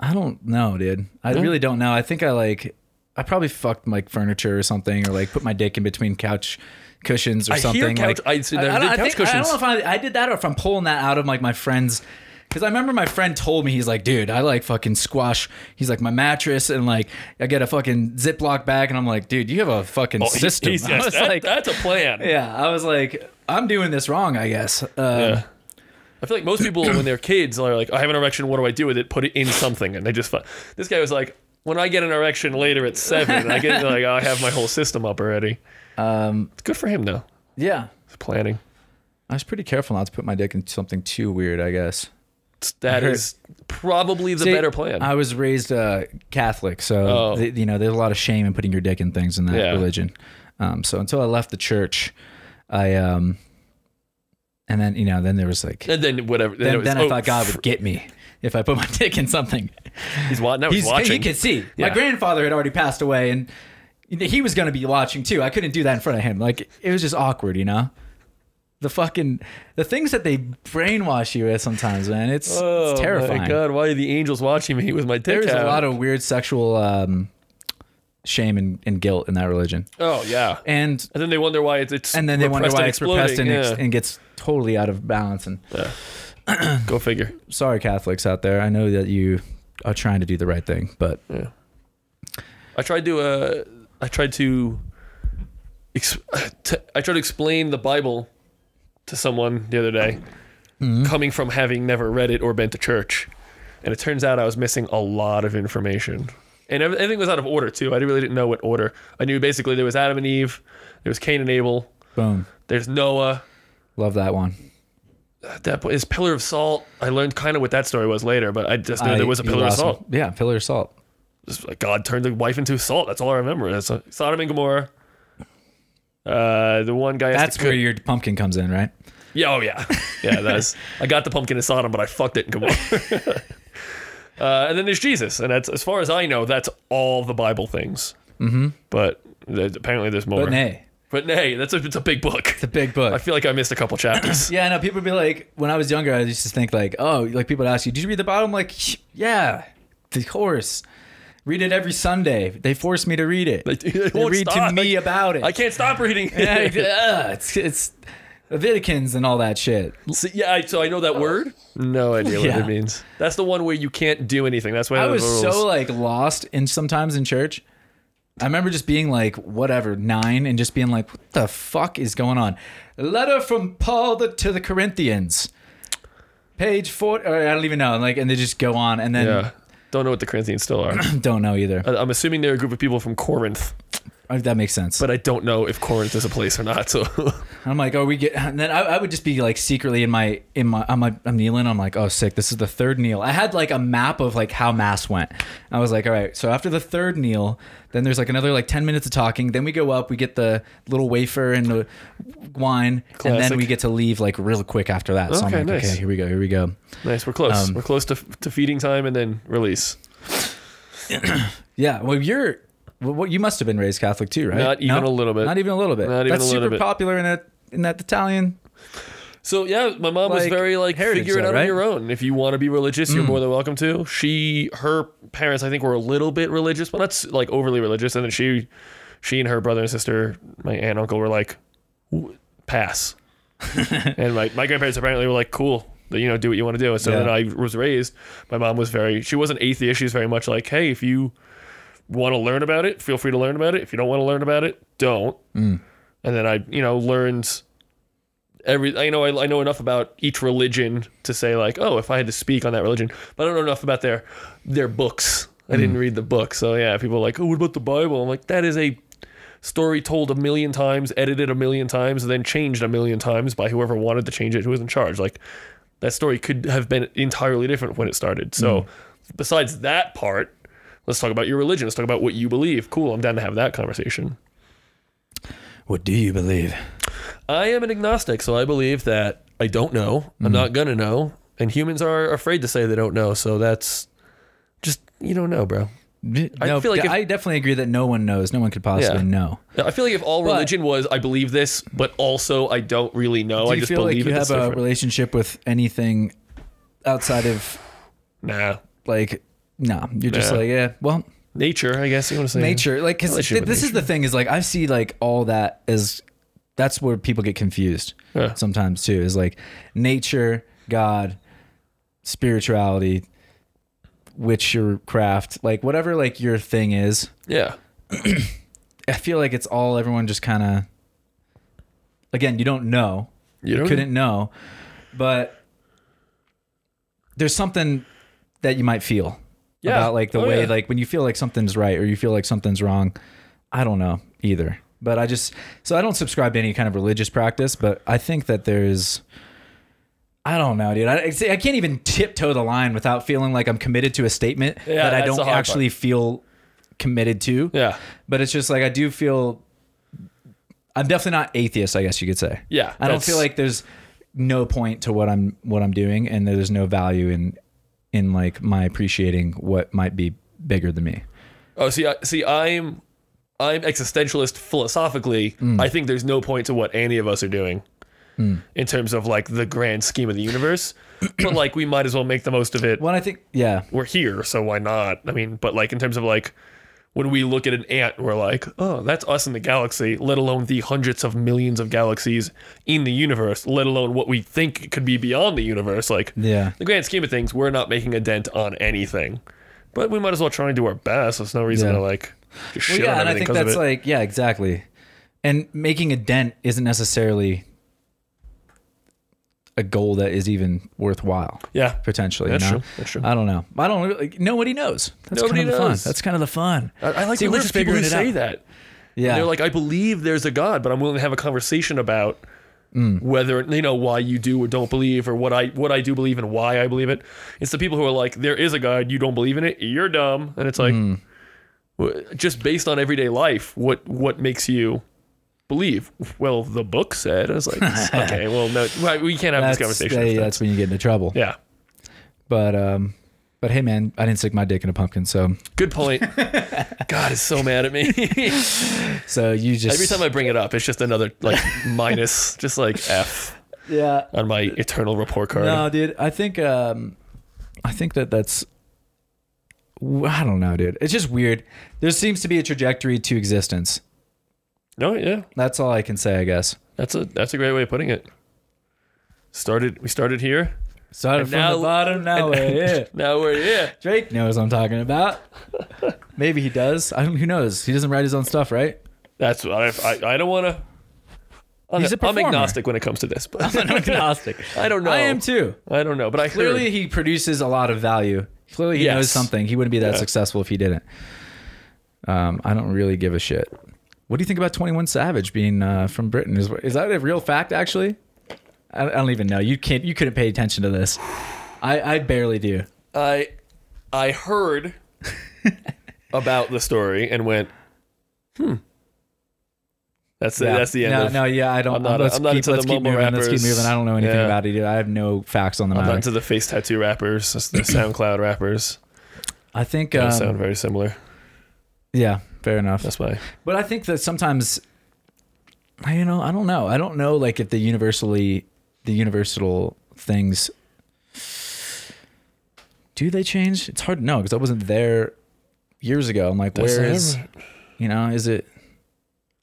A: I don't know, dude. I really don't know. I think I like I probably fucked like furniture or something, or like put my dick in between couch cushions or
B: I hear
A: something.
B: couch-
A: like
B: I see that.
A: I, don't,
B: Couch
A: I think- I
B: cushions.
A: don't know if I, I did that or if I'm pulling that out of like my friends. Because I remember my friend told me he's like, dude, I like fucking squash. He's like my mattress and like I get a fucking Ziploc bag and I'm like, dude, you have a fucking
B: Oh, He-
A: system.
B: he's-
A: I
B: yes,
A: was
B: that-
A: like,
B: that's a plan.
A: yeah, I was like, I'm doing this wrong, I guess. Um,
B: I feel like most people, when they're kids, are like, "Oh, I have an erection. What do I do with it? Put it in something. And they just, fu- this guy was like, when I get an erection later at seven, I get like, I have my whole system up already. Um, it's good for him though.
A: yeah.
B: It's planning.
A: I was pretty careful not to put my dick in something too weird, I guess.
B: It's- That
A: Heard-
B: is probably the
A: See,
B: better plan.
A: I was raised uh, Catholic, so
B: Oh.
A: th- you know there's a lot of shame in putting your dick in things in that
B: Yeah.
A: religion. Um, so until I left the church, I um, and then you know then there was like then,
B: and then whatever. Then, it was,
A: then I
B: oh,
A: thought God would get me if I put my dick in something.
B: he's watching. Now he's,
A: He's,
B: watching.
A: he could see.
B: Yeah.
A: My grandfather had already passed away, and he was going to be watching too. I couldn't do that in front of him. Like it was just awkward, you know. The fucking the things that they brainwash you with sometimes, man. It's,
B: Oh
A: it's terrifying.
B: my god! Why are the angels watching me with my dick
A: There's
B: out?
A: a lot of weird sexual um, shame and, and guilt in that religion,
B: oh yeah.
A: and
B: And then they wonder why it's, it's
A: and then they wonder
B: repressed
A: why
B: and
A: it's repressed and,
B: exploding.
A: ex-
B: yeah.
A: and gets totally out of balance. And eh.
B: Go figure.
A: sorry, Catholics out there, I know that you are trying to do the right thing, but
B: I tried to uh, I tried to, ex- t- I tried to explain the Bible to someone the other day, coming from having never read it or been to church, and it turns out I was missing a lot of information, and ev- everything was out of order too. I really didn't know what order. I knew basically there was Adam and Eve, there was Cain and Abel,
A: boom,
B: there's Noah.
A: love that one.
B: At That po- is pillar of salt. I learned kind of what that story was later, but I just knew
A: I-
B: there was a
A: you
B: pillar of
A: lost me.
B: salt.
A: Yeah, pillar of salt.
B: just like God turned the wife into salt. That's all I remember. That's uh, Sodom and Gomorrah. Uh, the one guy. has
A: That's
B: to
A: where
B: cook-
A: your pumpkin comes in, right?
B: Yeah, oh yeah, yeah. That's. I got the pumpkin in Sodom, but I fucked it in Gomorrah. uh, and then there's Jesus, and that's as far as I know, that's all the Bible things. Mm-hmm. But th- apparently there's more.
A: But nay,
B: But nay, that's a, it's a big book.
A: the big
B: I
A: book.
B: feel like I missed a couple chapters.
A: Yeah, I know. People would be like, when I was younger, I used to think like, oh, like people would ask you, did you read the Bible? I'm like, yeah, of course. Read it every Sunday. They force me to read it.
B: They- they won't
A: read to
B: stop.
A: me about it.
B: I can't stop reading.
A: Yeah, ugh, it's it's Leviticans and all that shit.
B: So, yeah, I, so I know that word. Oh. No idea what
A: Yeah.
B: it means. That's the one where you can't do anything. That's why
A: I
B: the
A: was
B: rules.
A: so like lost in sometimes in church. I remember just being like whatever nine and just being like, what the fuck is going on? Letter from Paul the, to the Corinthians, page four. Or I don't even know. Like, and they just go on, and then
B: Yeah. Uh, Don't know what the Corinthians still are.
A: don't know either.
B: I- I'm assuming they're a group of people from Corinth,
A: Uh, that makes sense.
B: but I don't know if Corinth is a place or not. So
A: I'm like, are we get? And then I, I would just be like secretly in my in my I'm like, I'm kneeling. I'm like, oh, sick. This is the third kneel. I had like a map of like how mass went. I was like, all right. So after the third kneel, then there's like another like ten minutes of talking. Then we go up. We get the little wafer and the wine, and then
B: Classic.
A: we get to leave like real quick after that. so I'm
B: Okay,
A: like,
B: nice.
A: okay, here we go, here we go.
B: nice, we're close.
A: Um,
B: we're close to, to feeding time and then release.
A: Yeah. Well, you're. Well, what- you must have been raised Catholic too, right?
B: Not even
A: No?
B: a little bit.
A: Not even a little bit.
B: Not even
A: That's
B: a little
A: super
B: bit.
A: popular in that in that Italian.
B: So yeah, my mom was
A: Like,
B: very like
A: heritage
B: figure it
A: though,
B: out
A: right? Mm.
B: on your own. If you want to be religious, you're more than welcome to. She, her parents, I think, were a little bit religious, but not s- like overly religious. And then she, she and her brother and sister, my aunt and uncle, were like, "W- pass. and my my grandparents apparently were like, cool, you know, do what you want to do. And so
A: Yeah.
B: then I was raised. My mom was very, she wasn't atheist. She was very much like, hey, if you want to learn about it, feel free to learn about it. If you don't want to learn about it, don't. And then I, you know, learned every I know I, I know enough about each religion to say like, oh, if I had to speak on that religion, but I don't know enough about their their books. I didn't read the book, so yeah, people are like, oh, what about the Bible? I'm like, that is a story told a million times, edited a million times, and then changed a million times by whoever wanted to change it, who was in charge. Like that story could have been entirely different when it started. So besides that part, let's talk about your religion. Let's talk about what you believe. Cool, I'm down to have that conversation.
A: What do you believe?
B: I am an agnostic, so I believe that I don't know. I'm not gonna know, and humans are afraid to say they don't know. So that's just you don't know, bro.
A: No, I
B: feel like if-
A: I definitely agree that no one knows. No one could possibly
B: Yeah.
A: know.
B: I feel like if all religion was I believe this, but also I don't really know.
A: Do
B: I
A: you
B: just
A: feel like
B: believe
A: you
B: it.
A: have
B: It's
A: a
B: different.
A: relationship with anything outside of
B: nah,
A: like? No, you're just
B: Nah.
A: like yeah. Well,
B: nature. I guess you want to say
A: nature like because
B: Relationship
A: this
B: with
A: is the thing is like i see like all that is that's where people get confused
B: Yeah.
A: sometimes too is like nature god spirituality witchcraft like whatever like your thing is
B: Yeah,
A: i feel like it's all everyone just kind of again you don't know
B: you don't.
A: couldn't know but there's something that you might feel
B: Yeah.
A: about like the
B: Oh,
A: way
B: yeah.
A: like when you feel like something's right or you feel like something's wrong i don't know either but i just so i don't subscribe to any kind of religious practice but i think that there's I don't know, dude. I, see, I can't even tiptoe the line without feeling like I'm committed to a statement
B: Yeah,
A: that I
B: that's
A: don't
B: the hard
A: actually feel committed to.
B: yeah,
A: But it's just like I do feel. I'm definitely not atheist. I guess you could say.
B: Yeah,
A: I don't
B: that's-
A: feel like there's no point to what I'm what I'm doing, and there's no value in in like my appreciating what might be bigger than me.
B: Oh, see, I, see, I'm, I'm existentialist philosophically.
A: Mm.
B: I think there's no point to what any of us are doing in terms of like the grand scheme of the universe. but like, we might as well make the most of it.
A: Well, I think yeah,
B: We're here, so why not? I mean, but like in terms of like when we look at an ant, we're like, oh, that's us in the galaxy. Let alone the hundreds of millions of galaxies in the universe. Let alone what we think could be beyond the universe. Like,
A: yeah.
B: the grand scheme of things, we're not making a dent on anything. But we might as well try and do our best. There's no reason
A: Yeah.
B: to like just
A: Well,
B: shit
A: yeah,
B: on
A: and I think
B: everything 'cause
A: that's
B: of it.
A: like yeah, exactly. And making a dent isn't necessarily a goal that is even worthwhile.
B: yeah,
A: potentially.
B: That's
A: you know?
B: true. That's true.
A: I don't know. I don't. really- Like, nobody knows. That's
B: Nobody
A: kind of the fun.
B: knows.
A: That's kind of the fun.
B: I, I like
A: See, we're
B: religious
A: just
B: people who
A: figuring it
B: say
A: out.
B: that.
A: Yeah.
B: They're like, I believe there's a God, but I'm willing to have a conversation about
A: Mm.
B: whether you know why you do or don't believe, or what I what I do believe and why I believe it. It's the people who are like, there is a God, you don't believe in it, you're dumb, and it's like,
A: Mm.
B: w- just based on everyday life, what what makes you believe? Well, the book said. I was like, okay, well, no, right, we can't have
A: that's,
B: this conversation.
A: yeah,
B: if
A: yeah,
B: that's-
A: that's when you get into trouble.
B: yeah,
A: But um, but hey, man, I didn't stick my dick in a pumpkin, so
B: good point. God is so mad at me.
A: so you just
B: Every time I bring it up, it's just another like minus, just like F
A: yeah.
B: on my eternal report card.
A: No, dude. I think um, I think that that's. I don't know, dude. It's just weird. There seems to be a trajectory to existence.
B: No, yeah,
A: That's all I can say, I guess.
B: that's a that's a great way of putting it. Started, we started here.
A: Started
B: And
A: from
B: now-
A: the bottom, now we're here.
B: Now we're here.
A: Drake knows what I'm talking about. Maybe he does. I don't, who knows? He doesn't write his own stuff, right?
B: That's what I I, I don't want to. I'm,
A: He's a
B: I'm
A: performer.
B: agnostic when it comes to this, but
A: I'm agnostic.
B: I don't know.
A: I am too.
B: I don't know, but I
A: Clearly,
B: heard-
A: he produces a lot of value. Clearly, he
B: Yes.
A: knows something. He wouldn't be that
B: Yeah.
A: successful if he didn't. Um, I don't really give a shit. What do you think about Twenty One Savage being uh, from Britain? Is is that a real fact? Actually, I, I don't even know. You can't. You couldn't pay attention to this. I, I barely do.
B: I I heard about the story and went, hmm. That's the,
A: Yeah.
B: that's the end.
A: No,
B: of,
A: no, yeah, I don't.
B: I'm not-
A: let's
B: I'm not
A: keep,
B: into the
A: let's keep
B: mumble
A: moving. Let's keep
B: rappers.
A: moving. I don't know anything
B: Yeah.
A: about it. dude. I have no facts on the
B: I'm
A: matter.
B: not into the face tattoo rappers, that's the SoundCloud rappers.
A: I think.
B: They
A: Um,
B: sound very similar.
A: Yeah, fair enough.
B: That's why.
A: But I think that sometimes, I- you know, I don't know. I don't know, like if the universally, the universal things, do they change? It's hard to know because I wasn't there years ago. I'm like, where is, you know, is it?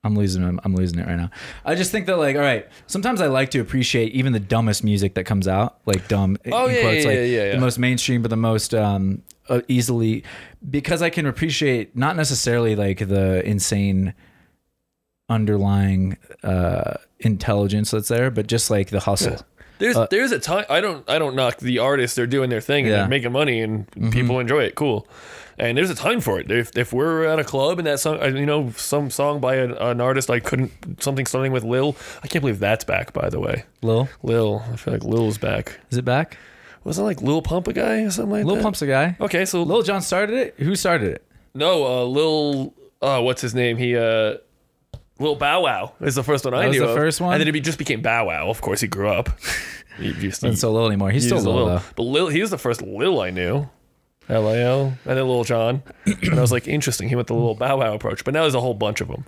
A: I'm losing it. I'm losing it right now. I just think that like, all right, sometimes I like to appreciate even the dumbest music that comes out, like dumb
B: Oh,
A: in
B: yeah,
A: quotes,
B: yeah,
A: like
B: yeah, yeah, yeah.
A: the most mainstream, but the most um, uh, easily, because I can appreciate not necessarily like the insane underlying uh, intelligence that's there, but just like the hustle.
B: There's there's a time I don't I don't knock the artists. They're doing their thing and
A: Uh, Yeah. Mm-hmm.
B: they're making money and people enjoy it. Cool. And there's a time for it. If, if we're at a club and that song, uh, you know, some song by an, an artist I couldn't something starting with Lil. I can't believe that's back. By the way,
A: Lil,
B: Lil. I feel like Lil's back.
A: is it back?
B: Wasn't like Lil Pump a guy or something like
A: Lil
B: that?
A: Pump's a guy.
B: Okay, so
A: Lil John started it. Who started it?
B: no, uh, Lil. Uh, what's his name? He uh, Lil Bow Wow is the first one I
A: That was
B: knew.
A: the
B: of.
A: first one?
B: and then he be- just became Bow Wow. Of course, he grew up. he, he,
A: Not so Lil anymore. He's still
B: He's a
A: Lil,
B: Lil.
A: though.
B: But Lil, he was the first Lil I knew. L I L, and then Lil John, and I was like, interesting. He went the little bow wow approach, but now there's a whole bunch of them.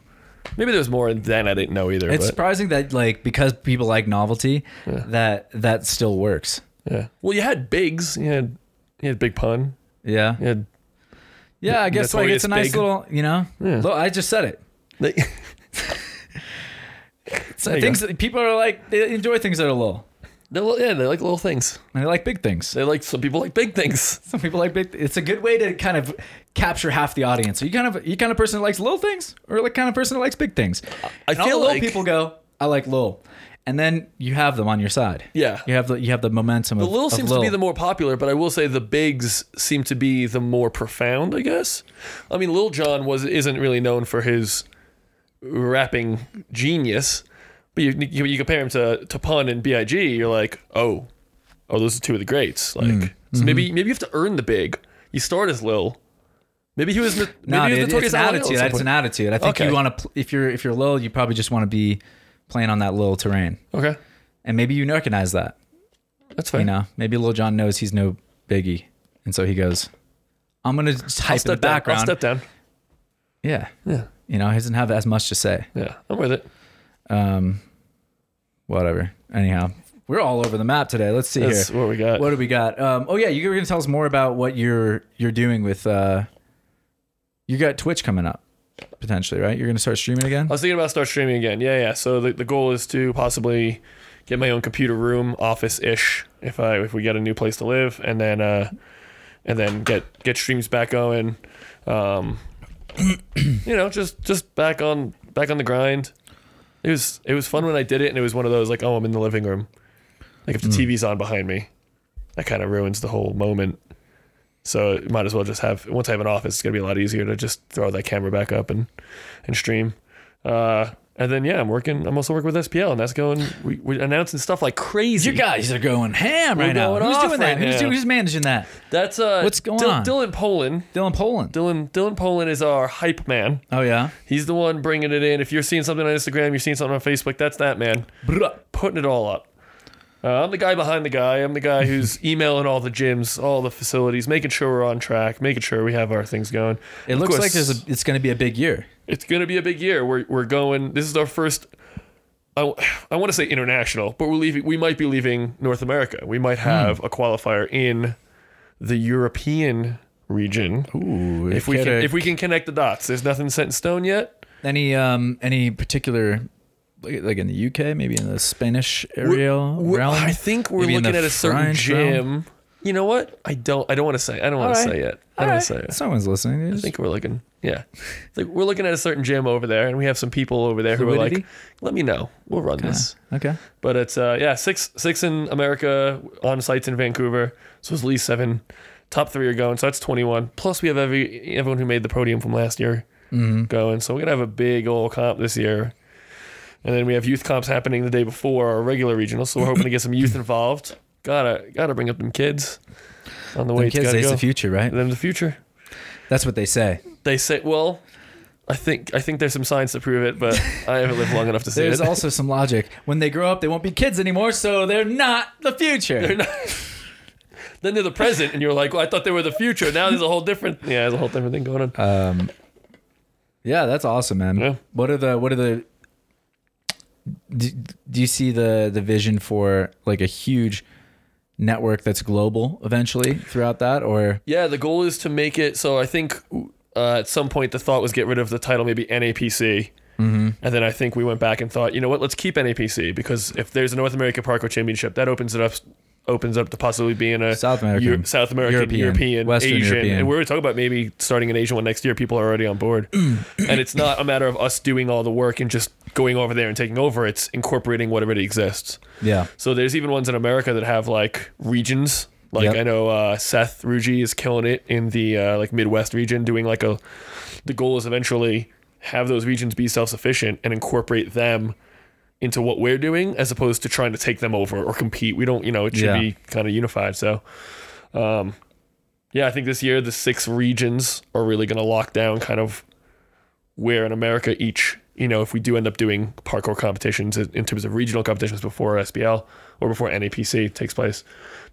B: Maybe there's more than I didn't know either.
A: It's
B: but,
A: surprising that like because people like novelty, that that still works.
B: yeah. Well, you had Biggs, you had you had Big Pun,
A: Yeah,
B: you had.
A: yeah. I guess like it's a nice
B: Notorious Big.
A: little, you know. Lil- I just said it.
B: They,
A: So
B: you
A: things that people are like they enjoy things that are Lil,
B: they're li- yeah, they like little things.
A: and they like big things.
B: They like some people like big things.
A: Some people like big. It's a good way to kind of capture half the audience. Are you kind of you kind of person that likes little things, or like kind of person that likes big things?
B: I
A: And all
B: feel
A: the little
B: like-
A: people go, I like little, and then you have them on your side.
B: Yeah.
A: you have the you have the momentum.
B: The
A: of,
B: Lil
A: of
B: seems to be the more popular, but I will say the Bigs seem to be the more profound. I guess. I mean, Lil Jon was isn't really known for his rapping genius, but you you, you compare him to to Pun and Big, you're like, oh, oh, those are two of the
A: Mm,
B: greats. Like,
A: mm-hmm.
B: so maybe maybe you have to earn the big. You start as Lil. Maybe he was no- maybe
A: No,
B: he was
A: dude, it's
B: notorious
A: an
B: LL at
A: attitude.
B: some
A: It's an
B: point.
A: attitude. I think
B: Okay.
A: you want to pl- if you're if you're low, you probably just want to be playing on that little terrain,
B: Okay,
A: and maybe you recognize that.
B: that's fine.
A: You know, maybe Lil John knows he's no biggie, and so he goes, "I'm gonna just
B: I'll
A: type in
B: step
A: the background."
B: Down. I'll step down.
A: Yeah,
B: Yeah,
A: you know, he doesn't have as much to say.
B: yeah, I'm with it.
A: Um, whatever. Anyhow, we're all over the map today. Let's see
B: That's
A: here.
B: what we got.
A: What do we got? Um, oh yeah, you were gonna tell us more about what you're you're doing with. Uh, you got Twitch coming up potentially, right? You're gonna start streaming again.
B: I was thinking about start streaming again. Yeah, yeah. So the, the goal is to possibly get my own computer room, office ish, if I if we get a new place to live, and then uh, and then get get streams back going. Um, you know, just just back on back on the grind. It was it was fun when I did it, and it was one of those like, oh, I'm in the living room. Like if the TV's on behind me, that kind of ruins the whole moment. So it might as well just have once I have an office, it's gonna be a lot easier to just throw that camera back up and and stream. Uh, and then yeah, I'm working. I'm also working with SPL, and that's going. We, we're announcing stuff like crazy.
A: You guys are going ham right now.
B: going
A: Who's
B: off
A: doing that?
B: right
A: who's,
B: now.
A: doing, who's managing that?
B: that's uh,
A: What's going
B: Dylan-
A: on?
B: Dylan Poland.
A: Dylan Poland.
B: Dylan Dylan Poland is our hype man.
A: Oh yeah.
B: He's the one bringing it in. If you're seeing something on Instagram, you're seeing something on Facebook. That's that man putting it all up. Uh, I'm the guy behind the guy. I'm the guy who's emailing all the gyms, all the facilities, making sure we're on track, making sure we have our things going.
A: It
B: Of
A: looks
B: course,
A: like there's a, it's going to be a big year.
B: it's going to be a big year. We're, we're going. This is our first. I, I want to say international, but we're leaving. We might be leaving North America. We
A: Hmm.
B: might have a qualifier in the European region.
A: Ooh,
B: if we can, if we can connect the dots, there's nothing set in stone yet.
A: any um any particular like like in the UK, maybe in the Spanish
B: We're-
A: area.
B: we're-
A: realm?
B: I think we're
A: Maybe in
B: looking
A: the
B: at a certain
A: French realm?
B: gym. You know what? I don't. I don't want to say. I don't want
A: All right.
B: to say it. I
A: All
B: don't
A: right.
B: want to say it.
A: Someone's listening.
B: I think we're looking. Yeah, It's like we're looking at a certain gym over there, and we have some people over there who are
A: Fluidity?
B: like, "Let me know. We'll run this."
A: okay.
B: But it's uh yeah six six in America on sites in Vancouver. So it's at least seven. Top three are going, so that's twenty one. Plus we have every everyone who made the podium from last year going. So we're gonna have a big old comp this year. And then we have youth comps happening the day before our regular regional. So we're hoping to get some youth involved. Gotta gotta bring up them kids on the way.
A: Them
B: it's
A: kids,
B: gotta
A: they's
B: go.
A: the future, right?
B: Them the future.
A: That's what they say.
B: They say well. I think I think there's some science to prove it, but I haven't lived long enough to see
A: There's
B: it.
A: also some logic. When they grow up, they won't be kids anymore, so they're not the future.
B: then they're the present, and you're like, well, I thought they were the future. Now there's a whole different, yeah, there's a whole different thing going on.
A: Um, yeah, that's awesome, man.
B: Yeah.
A: What are the what are the do, do you see the the vision for like a huge network that's global eventually throughout that or
B: yeah, the goal is to make it so. I think uh, at some point the thought was get rid of the title, maybe NAPC, mm-hmm. and then I think we went back and thought, you know what, let's keep NAPC because if there's a North America Parkour Championship, that opens it up opens up to possibly being a
A: South American,
B: Eu- South American,
A: European,
B: European,
A: Western
B: Asian,
A: European.
B: and we were talking about maybe starting an Asian one next year. People are already on board, and it's not a matter of us doing all the work and just going over there and taking over. It's incorporating what already exists.
A: Yeah.
B: So there's even ones in America that have like regions. Like
A: Yep.
B: I know uh, Seth Ruji is killing it in the uh, like Midwest region, doing like a. The goal is eventually have those regions be self sufficient and incorporate them into what we're doing, as opposed to trying to take them over or compete. We don't, you know, it should
A: Yeah.
B: be kind of unified. So, um, yeah, I think this year the six regions are really going to lock down kind of where in America each, you know, if we do end up doing parkour competitions in in terms of regional competitions before SBL or before NAPC takes place,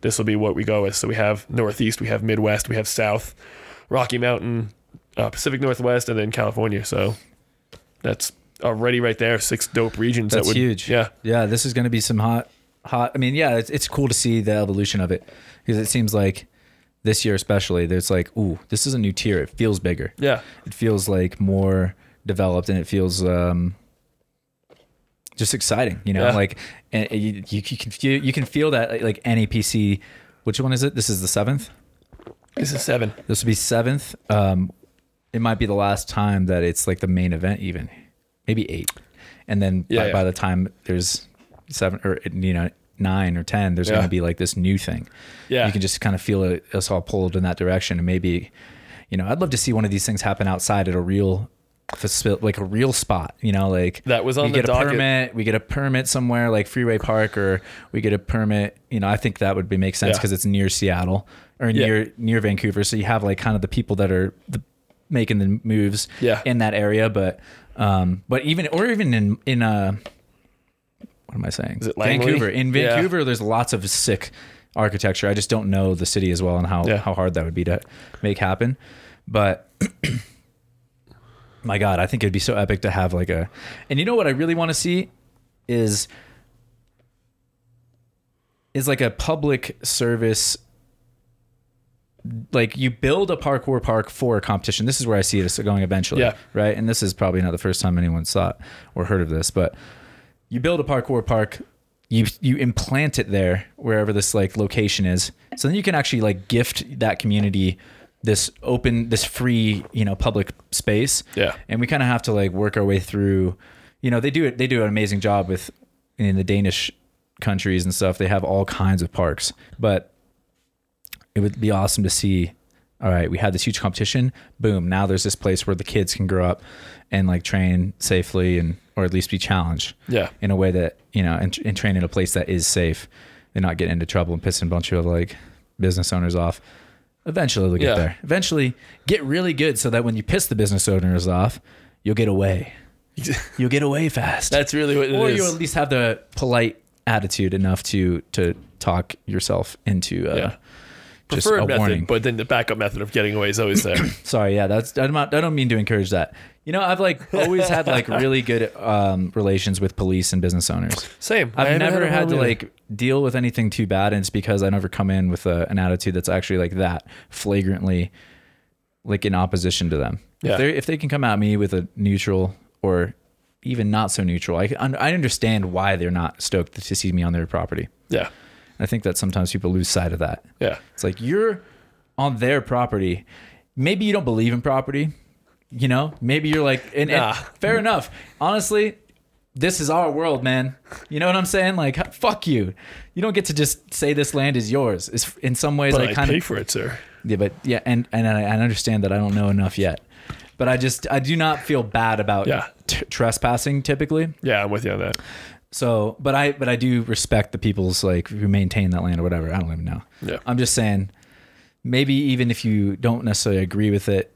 B: this will be what we go with. So we have Northeast, we have Midwest, we have South, Rocky Mountain, uh, Pacific Northwest, and then California. So that's already right there six dope regions.
A: That's
B: that would,
A: huge.
B: Yeah.
A: Yeah. This is going to be some hot, hot. I mean, yeah, it's, it's cool to see the evolution of it because it seems like this year, especially, there's like, ooh, this is a new tier. It feels bigger.
B: Yeah.
A: It feels like more developed and it feels, um, just exciting, you know,
B: Yeah.
A: like and you, you, you can feel, you can feel that like NAPC, which one is it? This is the seventh.
B: This is seven.
A: This would be seventh. Um, it might be the last time that it's like the main event, even maybe eight, and then by,
B: Yeah, yeah.
A: by the time there's seven or you know nine or ten, there's
B: Yeah.
A: going to be like this new thing.
B: Yeah.
A: you can just kind of feel it, us all pulled in that direction, and maybe you know I'd love to see one of these things happen outside at a real faci- like a real spot you know like
B: That was on
A: we
B: the
A: get a
B: docket.
A: permit we get a permit somewhere like freeway park or we get a permit you know i think that would be make sense
B: Yeah.
A: because it's near seattle or
B: Yeah.
A: near near Vancouver. So you have like kind of the people that are the, making the moves
B: Yeah.
A: in that area. But um, but even or even in in uh, what am I saying?
B: Is it Langley?
A: Vancouver? In
B: Yeah.
A: Vancouver, there's lots of sick architecture. I just don't know the city as well and how
B: Yeah.
A: how hard that would be to make happen. But my God, I think it'd be so epic to have like a. And you know what I really want to see is is like a public service like you build a parkour park for a competition this is where i see it going eventually
B: Yeah.
A: right and this is probably not the first time anyone's thought or heard of this but you build a parkour park you you implant it there wherever this like location is so then you can actually like gift that community this open this free you know public space
B: Yeah.
A: and we kind of have to like work our way through you know they do it they do an amazing job with in the danish countries and stuff they have all kinds of parks but it would be awesome to see all right we had this huge competition boom now there's this place where the kids can grow up and like train safely and or at least be challenged
B: Yeah.
A: in a way that you know and, and train in a place that is safe and not get into trouble and pissing a bunch of like business owners off eventually they'll get
B: Yeah.
A: there eventually get really good so that when you piss the business owners off you'll get away you'll get away fast
B: That's really what it
A: or
B: is.
A: you at least have the polite attitude enough to to talk yourself into uh,
B: Yeah.
A: just
B: preferred
A: a
B: method,
A: warning.
B: but then the backup method of getting away is always there.
A: Sorry, yeah, that's I'm not, I don't mean to encourage that. You know, I've like always had like really good um, relations with police and business owners.
B: Same. I
A: I've
B: haven't
A: never
B: a
A: had to
B: problem
A: like deal with anything too bad, and it's because I never come in with a, an attitude that's actually like that flagrantly, like in opposition to them.
B: Yeah.
A: If, they if they can come at me with a neutral or even not so neutral, I can- I understand why they're not stoked to see me on their property.
B: either.
A: I think that sometimes people lose sight of that.
B: Yeah. Yeah.
A: It's like you're on their property. Maybe you don't believe in property. You know, maybe you're like, and, and
B: Nah.
A: fair enough. Honestly, this is our world, man. You know what I'm saying? Like, fuck you. You don't get to just say this land is yours. It's in some ways
B: But
A: like
B: I
A: kind
B: pay
A: of
B: for it, sir.
A: yeah, but yeah, and and I, I understand that I don't know enough yet, but I just I do not feel bad about
B: Yeah.
A: t- trespassing typically.
B: Yeah, I'm with you on that.
A: So, but I but I do respect the people's like who maintain that land or whatever. I don't even know.
B: Yeah.
A: I'm just saying, maybe even if you don't necessarily agree with it,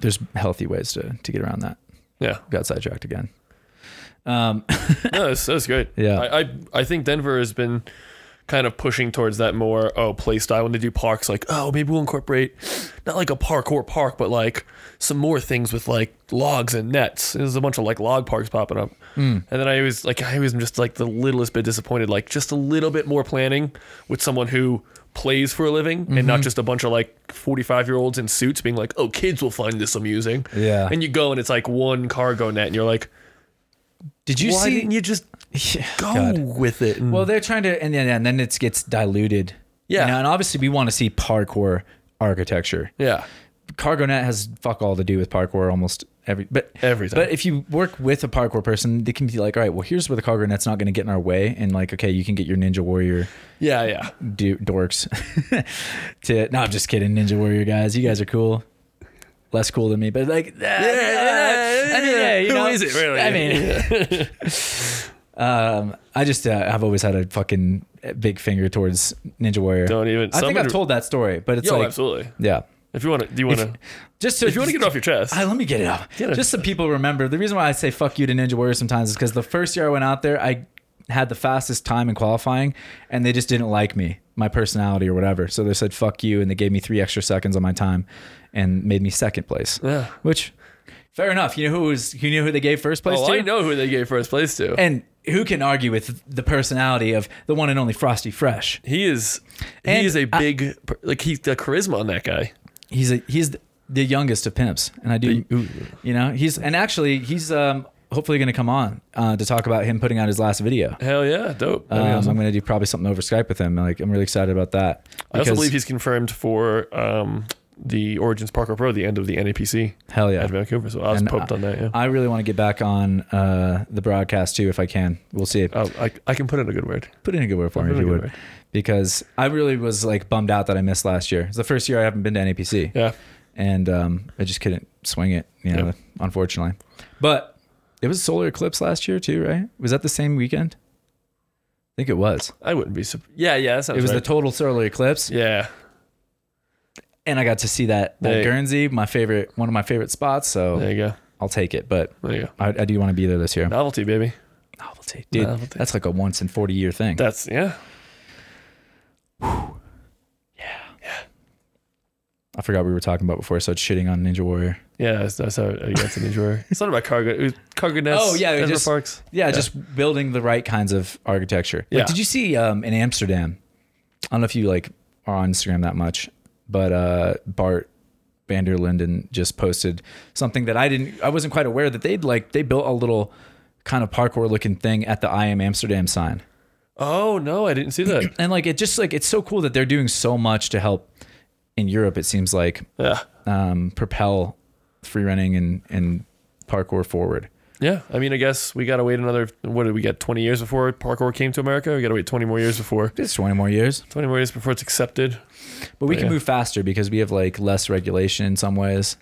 A: there's healthy ways to to get around that.
B: Yeah.
A: Got sidetracked again. Um,
B: No, that's, that's great.
A: Yeah.
B: I, I I think Denver has been kind of pushing towards that more oh play style when they do parks like oh maybe we'll incorporate not like a parkour park but like some more things with like logs and nets there's a bunch of like log parks popping up
A: Hmm.
B: and then i always like i always am just like the littlest bit disappointed like just a little bit more planning with someone who plays for a living and
A: Mm-hmm.
B: not just a bunch of like 45 year olds in suits being like oh kids will find this amusing
A: Yeah.
B: and you go and it's like one cargo net and you're like
A: did you
B: why
A: see?
B: didn't you just
A: Yeah,
C: Go
A: God.
C: with it. and-
A: Well, they're trying to, and then and then it gets diluted.
C: Yeah.
A: you know, and obviously we want to see parkour architecture.
B: Yeah.
A: CargoNet has fuck all to do with parkour almost every, but
B: Every time.
A: But if you work with a parkour person, they can be like, all right, well, here's where the cargo net's not going to get in our way, and like, okay, you can get your Ninja Warrior
B: Yeah, yeah.
A: do- dorks to. No, I'm just kidding, Ninja Warrior guys. You guys are cool. Less cool than me, but like, yeah, I mean, yeah, you
B: Who
A: know,
B: is it, really?
A: I mean, um, I just uh, I've always had a fucking big finger towards Ninja Warrior.
B: Don't even-
A: I think
B: somebody-
A: I've told that story, but it's
B: Yo,
A: like,
B: oh, absolutely.
A: yeah.
B: If you want to, do you want to?
A: Just to,
B: If you want to get it off your chest,
A: I, let me get it up.
B: Get it.
A: Just so people remember, the reason why I say fuck you to Ninja Warrior sometimes is because the first year I went out there, I had the fastest time in qualifying, and they just didn't like me, my personality or whatever. So they said fuck you, and they gave me three extra seconds on my time, and made me second place.
B: Yeah.
A: Which, fair enough. You know who was? You knew who they gave first place
B: oh,
A: to?
B: I know who they gave first place to.
A: And who can argue with the personality of the one and only Frosty Fresh?
B: he is,
A: And
B: he is a
A: I-
B: big, per- like he's the charisma on that guy.
A: He's a, he's the youngest of pimps, and I do. You know, he's and actually he's um hopefully going to come on uh, to talk about him putting out his last video.
B: Hell yeah, dope. That'd be
A: Um,
B: awesome.
A: I'm going to do probably something over Skype with him. Like I'm really excited about that.
B: I also
A: because-
B: believe he's confirmed for um, the Origins Parker Pro, the end of the NAPC
A: hell yeah.
B: at Vancouver. So I was
A: And uh,
B: pumped on that. Yeah,
A: I really want to get back on uh, the broadcast too if I can. We'll see.
B: oh, I, I can put in a good word.
A: Put in a good word for me if
B: in
A: you
B: a good
A: would,
B: word.
A: because I really was like bummed out that I missed last year. It's the first year I haven't been to NAPC,
B: Yeah,
A: and um, I just couldn't swing it. You know,
B: Yep.
A: unfortunately. But it was solar eclipse last year too, right? Was that the same weekend? I think it was.
B: I wouldn't be. Su- yeah, yeah, that sounds
A: it was the
B: right.
A: total solar eclipse.
B: yeah,
A: and I got to see that, that
B: There you-
A: Guernsey, my favorite, one of my favorite spots. So
B: there you go,
A: I'll take it, but
B: there you go.
A: I, I do want to be there this year. Oh,
B: Novelty, baby.
A: Novelty, dude,
B: Novelty.
A: that's like a once in forty year thing.
B: That's yeah.
A: I forgot what we were talking about before. So it's shitting on Ninja Warrior.
B: Yeah, that's, that's how I got to the drawer. It's not about cargo. It was cargo nests.
A: Oh, yeah, it
B: Denver
A: just-
B: parks.
A: Yeah, just building the right kinds of architecture. Like,
B: Yeah.
A: Did you see um, in Amsterdam? I don't know if you like are on Instagram that much, but uh, Bart Vander Linden just posted something that I didn't. I wasn't quite aware that they'd like they built a little kind of parkour looking thing at the I am Amsterdam sign.
B: Oh no, I didn't see that.
A: and like it just like it's so cool that they're doing so much to help in Europe. It seems like
B: yeah,
A: um, propel free running and and parkour forward.
B: yeah. I mean, I guess we gotta wait another. What did we get? Twenty years before parkour came to America. We gotta wait twenty more years before.
A: It's twenty more years,
B: Twenty more years before it's accepted.
A: but we
B: But
A: can
B: yeah.
A: move faster because we have like less regulation in some ways.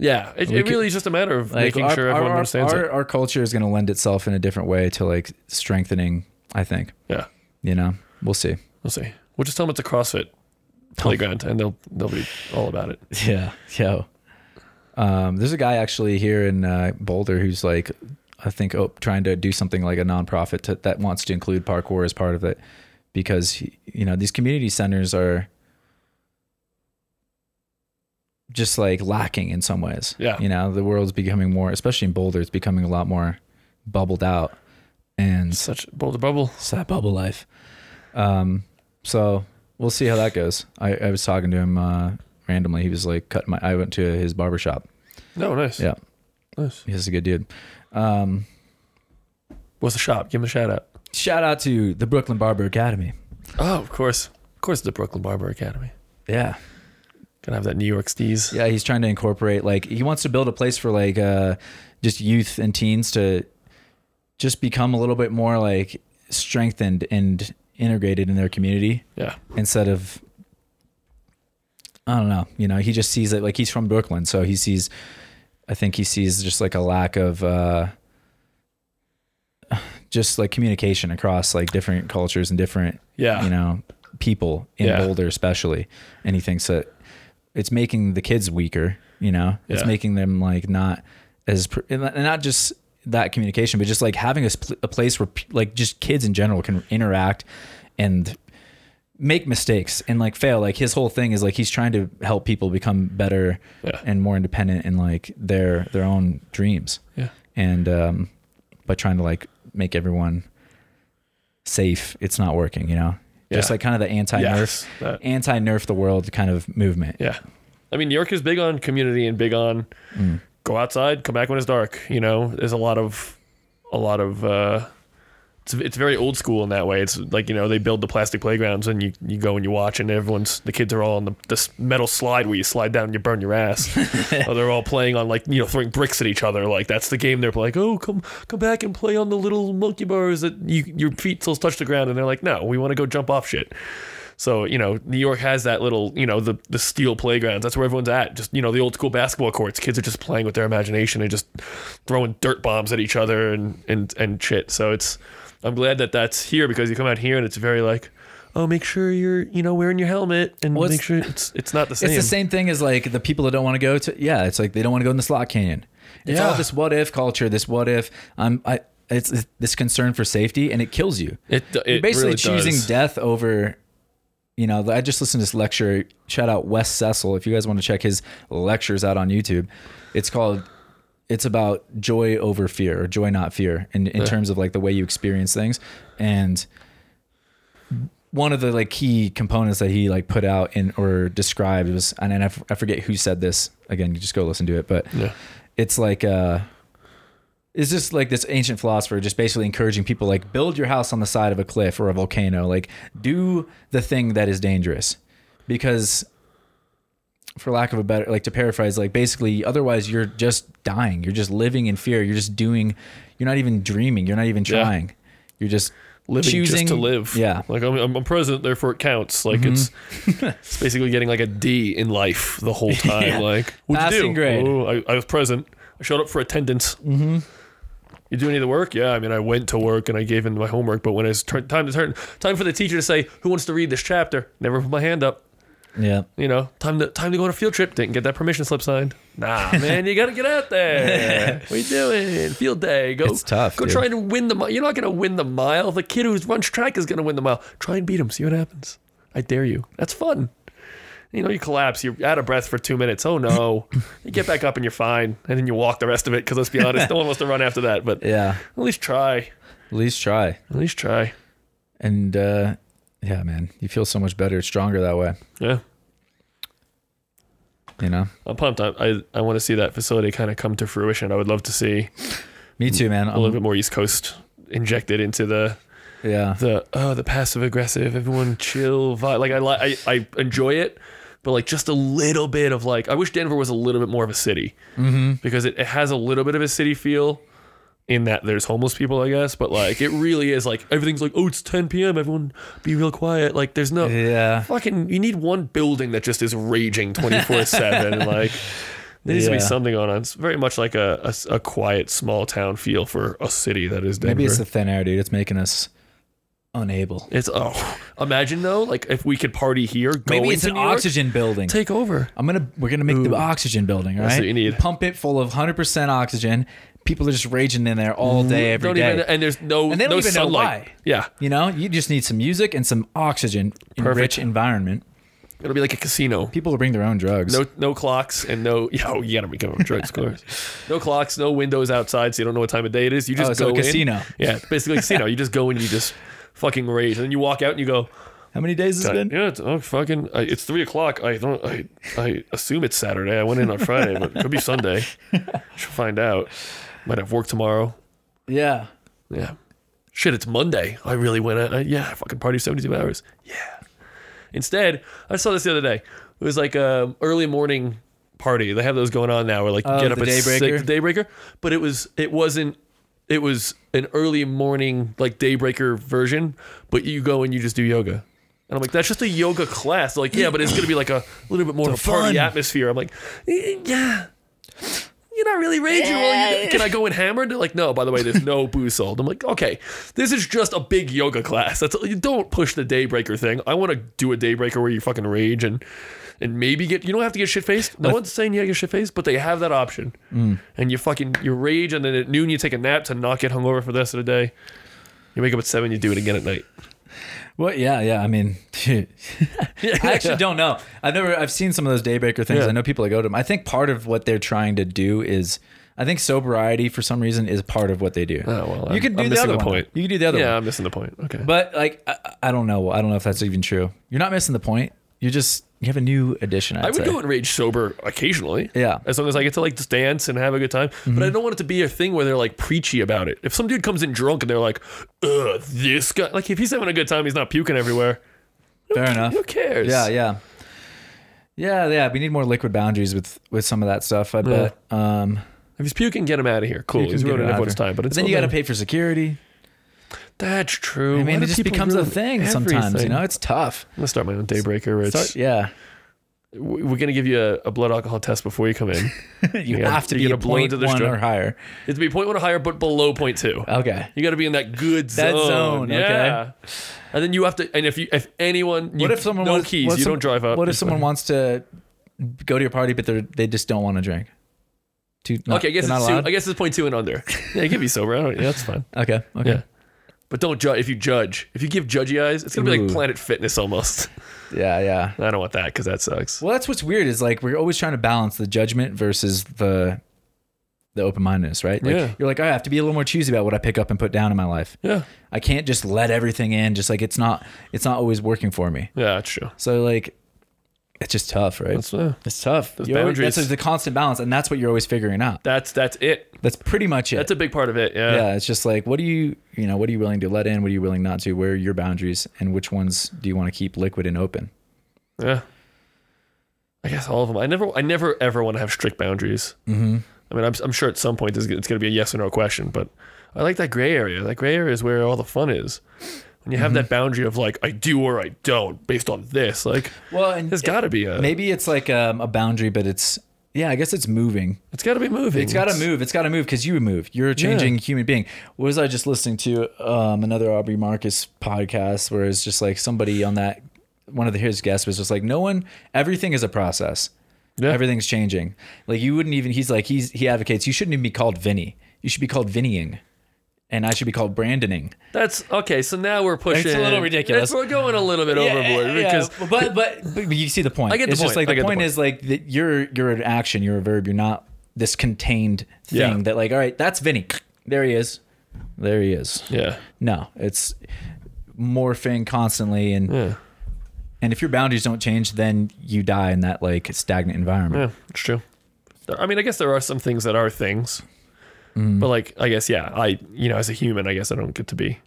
B: Yeah, it,
A: We
B: it
A: could-
B: really is just a matter of
A: Like
B: making
A: our,
B: sure everyone
A: our,
B: understands
A: our,
B: it.
A: our culture is going to lend itself in a different way to like strengthening. I think
B: Yeah,
A: you know we'll see.
B: we'll see. We'll just tell them it's a CrossFit playground, and they'll they'll be all about it.
A: Yeah, yo. Um, there's a guy actually here in uh, Boulder who's like, I think, oh, trying to do something like a nonprofit to, that wants to include parkour as part of it, because he- you know these community centers are just like lacking in some ways.
B: Yeah.
A: you know the world's becoming more, especially in Boulder, it's becoming a lot more bubbled out, and it's
B: Such Boulder Bubble.
A: that bubble life. Um, so we'll see how that goes. I, I was talking to him uh, randomly. He was like, "Cut my." I went to his barber shop.
B: No, nice.
A: Yeah,
B: nice.
A: he's a good dude. Um,
B: What's the shop? Give them a shout out.
A: shout out to the Brooklyn Barber Academy.
B: Oh, of course, of course, the Brooklyn Barber Academy.
A: Yeah,
B: Gonna have that New York steez.
A: yeah. He's trying to incorporate like he wants to build a place for like uh, just youth and teens to just become a little bit more like strengthened and integrated in their community.
B: Yeah,
A: instead of I don't know, you know, he just sees it like he's from Brooklyn, so he sees I think he sees just like a lack of uh just like communication across like different cultures and different
B: yeah.
A: you know people in
B: Yeah.
A: Boulder especially and he thinks that it's making the kids weaker you know it's
B: Yeah.
A: making them like not as pr- and not- and not just that communication but just like having a, spl- a place where p- like just kids in general can interact and make mistakes and like fail like his whole thing is like he's trying to help people become better
B: Yeah.
A: and more independent in like their their own dreams
B: Yeah.
A: and um by trying to like make everyone safe it's not working you know just
B: Yeah.
A: like kind of the anti-nerf
B: Yes, that-
A: anti-nerf the world kind of movement
B: Yeah. I mean, New York is big on community and big on go outside, come back when it's dark. You know, there's a lot of, a lot of, uh, it's, it's very old school in that way. It's like you know they build the plastic playgrounds and you, you go and you watch and everyone's the kids are all on the this metal slide where you slide down and you burn your ass. or they're all playing on like you know throwing bricks at each other. Like that's the game they're playing. Like, oh come come back and play on the little monkey bars that you your feet still touch the ground. And they're like no we want to go jump off shit. So you know New York has that little you know the the steel playgrounds. That's where everyone's at. Just you know the old school basketball courts. Kids are just playing with their imagination and just throwing dirt bombs at each other and and and shit. So it's I'm glad that that's here because you come out here and it's very like, oh, make sure you're you know wearing your helmet and
A: Well, it's-
B: make sure it's it's not the same.
A: It's the same thing as like the people that don't want to go to. Yeah, it's like they don't want to go in the slot canyon. It's all
B: Yeah.
A: this what if culture. This what if I'm I. It's, it's this concern for safety, and it kills you.
B: It, it
A: You're basically
B: really
A: choosing
B: does.
A: death over. You know, I just listened to this lecture. Shout out Wes Cecil if you guys want to check his lectures out on YouTube. It's called. It's about joy over fear or joy not fear, in in terms of like the way you experience things, and one of the like key components that he like put out in or described was and, and I, f- I forget who said this again you just go listen to it but
B: Yeah.
A: it's like uh it's just like this ancient philosopher just basically encouraging people like build your house on the side of a cliff or a volcano like do the thing that is dangerous because for lack of a better like to paraphrase like basically otherwise you're just dying you're just living in fear you're just doing you're not even dreaming you're not even
B: Yeah.
A: trying you're just
B: Living
A: choosing
B: just to live.
A: yeah Mm-hmm.
B: Like I'm, I'm I'm present, therefore it counts. Like it's it's basically getting like a D in life the whole time. Like what'd you
A: Passing
B: do?
A: grade.
B: Oh, I, I was present. I showed up for attendance. Mm-hmm. You do any of the work? Yeah, I mean, I went to work and I gave in my homework. But when it's tur- time to turn, time for the teacher to say, "Who wants to read this chapter?" Never put my hand up.
A: yeah
B: You know, time to time to go on a field trip. Didn't get that permission slip signed. Nah, man, you gotta get out there. what you doing? Field day. Go.
A: It's tough,
B: Go
A: dude.
B: try and win the. mi- You're not gonna win the mile. The kid who runs track is gonna win the mile. Try and beat him. See what happens. I dare you. That's fun. You know, you collapse. You're out of breath for two minutes. Oh no! you get back up and you're fine. And then you walk the rest of it. Because let's be honest, no one wants to run after that. But
A: yeah
B: at least try.
A: At least try.
B: At least try.
A: And uh, yeah, man, you feel so much better, stronger that way.
B: Yeah.
A: You know,
B: I'm pumped. I I, I want to see that facility kind of come to fruition. I would love to see
A: me too, man.
B: a
A: I'm-
B: little bit more East Coast injected into the
A: yeah,
B: the oh the passive aggressive everyone chill vibe. Like I li- I I enjoy it, but like just a little bit of like I wish Denver was a little bit more of a city mm-hmm. because it, it has a little bit of a city feel. In that there's homeless people, I guess, but like it really is like everything's like, oh, it's 10 p.m. Everyone be real quiet. Like there's no
A: yeah.
B: fucking. You need one building that just is raging 24 seven. Like there needs to be
A: Yeah.
B: something going on. It's very much like a, a s- a quiet small town feel for a city that is Denver.
A: Maybe it's the thin air, dude. It's making us unable.
B: It's oh, imagine though, like if we could party here, go
A: Maybe it's an
B: into New York,
A: oxygen building.
B: take over.
A: I'm gonna we're gonna make the oxygen building, right?
B: what you need.
A: Pump it full of 100% oxygen. People are just raging in there all day, every
B: Mm-hmm. Don't
A: day.
B: even, and there's no
A: And they don't
B: no
A: even know
B: sunlight.
A: why.
B: Yeah,
A: you know, you just need some music and some oxygen, in
B: Perfect.
A: rich environment.
B: it'll be like a casino.
A: People will bring their own drugs.
B: No, no clocks and no. Yo, you gotta be going drugs, of course. No clocks, no windows outside, so you don't know what time of day it is. You just
A: Oh, so a
B: go in.
A: casino.
B: Yeah, it's basically a casino. You just go and you just fucking rage, and then you walk out and you go.
A: How many days has it been?
B: Yeah, it's, oh fucking! I, it's three o'clock. I don't. I I assume it's Saturday. I went in on Friday, but it could be Sunday. Should find out. Might have work tomorrow.
A: Yeah.
B: Yeah. Shit, it's Monday. I really went out. I, yeah, I fucking party 72 hours. Yeah. Instead, I saw this the other day. It was like a early morning party. They have those going on now where like you
A: Oh,
B: get up
A: the
B: at
A: Daybreaker?
B: six daybreaker. But it was it wasn't it was an early morning like daybreaker version, but you go and you just do yoga. And I'm like, that's just a yoga class. They're like, yeah, but it's gonna be like a little bit more of a
A: fun.
B: party atmosphere. I'm like, "Eh, yeah, you're not really raging. Well, you, can I go in hammered? Like, no. By the way, there's no booze sold. I'm like, okay, this is just a big yoga class. That's you don't push the daybreaker thing. I want to do a daybreaker where you fucking rage and and maybe get you don't have to get shit faced. No one's saying you gotta get shit faced, but they have that option.
A: Mm.
B: And you fucking you rage, and then at noon you take a nap to not get hungover for the rest of the day. You wake up at seven, you do it again at night.
A: Well, yeah, yeah. I mean, I actually don't know. I've never. I've seen some of those daybreaker things.
B: Yeah.
A: I know people that go to them. I think part of what they're trying to do is, I think sobriety for some reason is part of what they do.
B: Oh well,
A: you could do
B: I'm
A: the
B: missing
A: other
B: the
A: one.
B: point.
A: You could do the other
B: yeah,
A: one.
B: I'm missing the point. Okay,
A: But like, I, I don't know. I don't know if that's even true. You're not missing the point. You're just you have a new edition. I'd
B: I would
A: say.
B: go enrage sober occasionally.
A: Yeah. Mhm.
B: As long as I get to like just dance and have a good time. But I don't want it to be a thing where they're like preachy about it. If some dude comes in drunk and they're like, ugh, this guy, like if he's having a good time, he's not puking everywhere,
A: Fair enough.
B: who cares?
A: Uh, Yeah, yeah. Yeah, yeah. We need more liquid boundaries with with some of that stuff. I bet. Um,
B: If he's puking, get him out of here. Cool.
A: you can
B: He's
A: get
B: ruining
A: it out
B: everyone's
A: there.
B: time. But, it's
A: then you
B: not
A: got to
B: that-
A: pay for security.
B: That's true.
A: I
B: Why
A: mean,
B: do
A: it just
B: people
A: becomes a
B: ruin
A: thing sometimes. You
B: everything?
A: know, it's tough.
B: I'm gonna start my own daybreaker. Where it's,
A: Start- yeah,
B: w- we're gonna give you a, a blood alcohol test before you come in.
A: you
B: Yeah,
A: have to be
B: you gotta
A: a
B: blow
A: point
B: into this
A: one
B: drum.
A: or higher.
B: It's be point one or higher, but below point two.
A: Okay.
B: You got to be in that good zone.
A: That zone, okay.
B: Yeah. And then you have to. And if you, if anyone, you,
A: what if someone
B: no
A: wants,
B: keys?
A: what
B: You
A: if some-
B: don't drive up.
A: What if
B: It's
A: someone
B: fine.
A: wants to go to your party, but they they just don't want to drink? Too, not,
B: okay, I guess
A: they're not
B: it's two,
A: allowed?
B: I guess it's point two and under. Yeah, you can be sober. I don't, yeah, that's fine.
A: Okay. Okay.
B: Yeah. But don't judge. If you judge, if you give judgy eyes, it's gonna be like
A: Ooh.
B: Planet Fitness almost.
A: Yeah. Yeah.
B: I don't want that because that sucks.
A: Well, that's what's weird is like we're always trying to balance the judgment versus the the open mindedness, right? Like,
B: Yeah.
A: You're like, "Oh, I have to be a little more choosy about what I pick up and put down in my life.
B: Yeah.
A: I can't just let everything in. Just like it's not, it's not always working for me.
B: Yeah, that's true.
A: So like, it's just tough, right?
B: That's uh,
A: it's tough.
B: those
A: You're always-
B: boundaries.
A: That's the constant balance, and that's what you're always figuring out.
B: that's that's it.
A: That's pretty much it.
B: That's a big part of it.
A: yeah, it's just like, what do you, you know, what are you willing to let in? What are you willing not to? Where are your boundaries, and which ones do you want to keep liquid and open?
B: Yeah. I guess all of them. I never, I never ever want to have strict boundaries. Mm-hmm. I mean, I'm, I'm sure at some point this, is- it's going to be a yes or no question, but I like that gray area. That gray area is where all the fun is. When
A: Mm-hmm.
B: you have that boundary of like, I do or I don't based on this, like,
A: Well, and
B: there's got to be a,
A: maybe it's like um, a boundary, but it's yeah, I guess it's moving.
B: it's got to be moving.
A: It's got to move. It's got to move because you move. You're a changing human being. Was I just listening to um, another Aubrey Marcus podcast where it's just like somebody on that one of the, his guests was just like, no one, everything is a process.
B: Yeah.
A: Everything's changing. Like you wouldn't even. He's like he's he advocates you shouldn't even be called Vinny. You should be called Vinnying, and I should be called Brandoning.
B: That's okay. So now we're pushing.
A: little ridiculous.
B: That's- We're going a little bit overboard because
A: but, but but you see the point.
B: I get the
A: it's just like
B: point. I
A: the
B: get the
A: point
B: point.
A: is like that you're you're an action, you're a verb, you're not this contained thing
B: Yeah.
A: that like all right, that's Vinny. There he is. There he is.
B: yeah,
A: No, it's morphing constantly and
B: yeah,
A: and if your boundaries don't change then you die in that like stagnant environment.
B: yeah, it's true. There- I mean, I guess there are some things that are things,
A: Mm.
B: but like, I guess yeah, I you know, as a human, I guess I don't get to be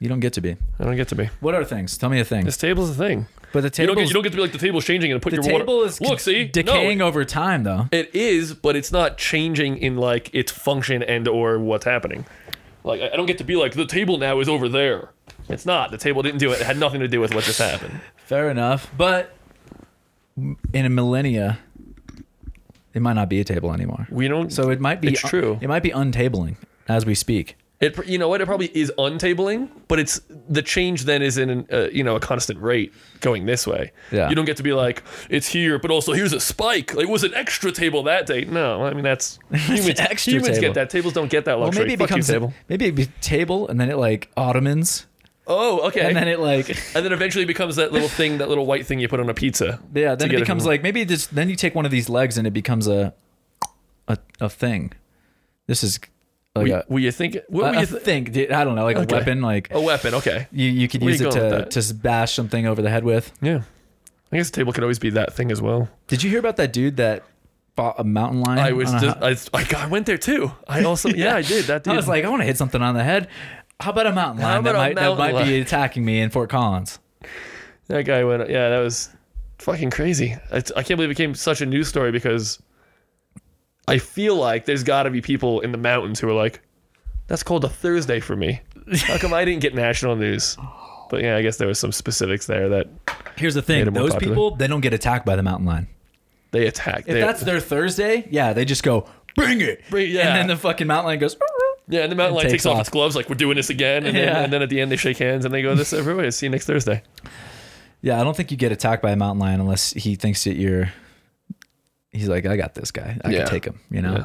A: You don't get to be.
B: I don't get to be.
A: What are things? Tell me a thing.
B: This table's a thing.
A: But the
B: You
A: table
B: don't, get, you don't get to be like the table's changing and put
A: the
B: your
A: table
B: water.
A: is
B: Look, see,
A: decaying
B: No,
A: over time though.
B: it is, but it's not changing in like its function and or what's happening. Like I I don't get to be like the table now is over there. It's not. The table didn't do it. It had nothing to do with what just happened.
A: Fair enough, but in a millennia, it might not be a table anymore.
B: We don't.
A: So it might be
B: It's true.
A: It might be untabling as we speak.
B: It, pr- you know what? It probably is untabling, but it's the change then is in an, uh, you know a constant rate going this way.
A: Yeah.
B: You don't get to be like it's here, but also here's a spike. Like, it was an extra table that day. No, I mean that's humans.
A: extra
B: humans
A: table.
B: get that. Tables don't get that
A: Well,
B: luxury.
A: maybe it
B: Fuck you,
A: becomes
B: table.
A: maybe it be table, and then it like ottomans,
B: Oh, okay.
A: and then it like
B: eventually it becomes that little thing, that little white thing you put on a pizza.
A: yeah, then
B: get
A: it
B: it
A: becomes
B: from-
A: like maybe it just then you take one of these legs and it becomes a a, a thing. This is like
B: Were,
A: a,
B: were you thinking? What were
A: uh, a,
B: you
A: a
B: th-
A: thing. dude, I don't know, like
B: Okay.
A: a weapon, like.
B: a weapon? Okay.
A: You, you could
B: Where
A: use
B: you
A: it
B: going with
A: to,
B: that?
A: to bash something over the head with.
B: Yeah. I guess the table could always be that thing as well.
A: Did you hear about that dude that fought a mountain lion?
B: I was
A: on a
B: just,
A: ho-
B: I, I, got- I went there too. I also, yeah, I did. That dude.
A: I was like, I want to hit something on the head. How about a mountain
B: How
A: lion that
B: about a
A: might, that
B: mountain
A: might be
B: lion?
A: attacking me in Fort Collins?
B: That guy went. Yeah, that was fucking crazy. I, I can't believe it became such a news story because I feel like there's got to be people in the mountains who are like, "That's called a Thursday for me. How come I didn't get national news?" But yeah, I guess there was some specifics there that
A: Here's the
B: Made
A: thing:
B: it more
A: those
B: popular.
A: people they don't get attacked by the mountain lion.
B: they attacked.
A: If
B: They-
A: that's their Thursday, yeah, they just go bring it,
B: Bring- yeah.
A: and then the fucking mountain lion goes.
B: yeah, and the
A: It
B: mountain lion takes,
A: takes
B: off,
A: off.
B: its gloves, like we're doing this again, and,
A: Yeah.
B: then, and then at the end they shake hands and they go, "This everybody, see you next Thursday."
A: Yeah, I don't think you get attacked by a mountain lion unless he thinks that you're. He's like, I got this guy. I
B: Yeah.
A: can take him. You know.
B: Yeah.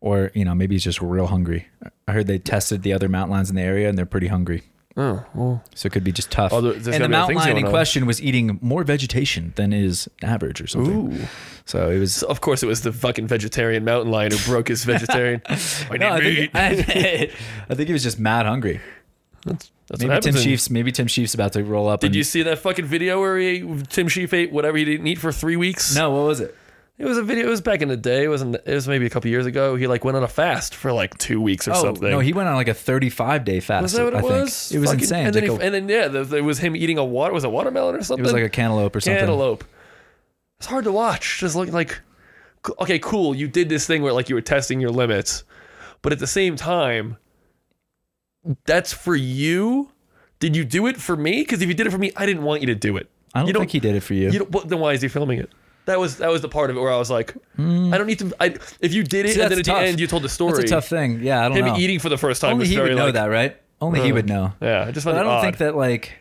A: Or you know maybe he's just real hungry. I heard they tested the other mountain lions in the area and they're pretty hungry,
B: Oh, well,
A: so it could be just tough.
B: Oh, there-
A: and
B: there's
A: the
B: gotta be other
A: mountain
B: things
A: lion in
B: going on.
A: question was eating more vegetation than is average or something.
B: Ooh.
A: So it was
B: So of course it was the fucking vegetarian mountain lion who broke his vegetarian. I need
A: No, I
B: meat.
A: think, I, think he was just mad hungry.
B: That's- That's
A: maybe
B: what
A: Tim
B: happens in-
A: Sheaf's maybe Tim Sheaf's about to roll up.
B: Did
A: and-
B: you see that fucking video where he Tim Sheaf ate whatever he didn't eat for three weeks?
A: No, what was it?
B: it was a video. It was back in the day. It wasn't. It was maybe a couple years ago. He like went on a fast for like two weeks or
A: Oh
B: something.
A: no, he went on like a 35 day fast.
B: was that what it
A: I think.
B: was?
A: It was
B: Fucking-
A: insane.
B: And then,
A: Like
B: he,
A: a-
B: and then yeah, the, it was him eating a water. Was it watermelon or something?
A: it was like a cantaloupe or something.
B: cantaloupe. It's hard to watch. Just look like, c- okay, cool. You did this thing where like you were testing your limits, but at the same time, that's for you. Did you do it for me? Because if you did it for me, I didn't want you to do it.
A: I don't
B: you don't-
A: think he did it for you.
B: You don't, but then why is he filming it? That was that was the part of it where I was like, I don't need to. I, if you did it,
A: Hmm. See,
B: and then
A: that's
B: at
A: tough.
B: the end you told the story.
A: That's a tough thing. Yeah, I don't
B: Him
A: know.
B: eating for the first time
A: Only
B: was
A: he
B: very
A: would know
B: like,
A: that, right? Only he would know.
B: Yeah, I just
A: But
B: found
A: I
B: it
A: don't
B: odd.
A: think that like.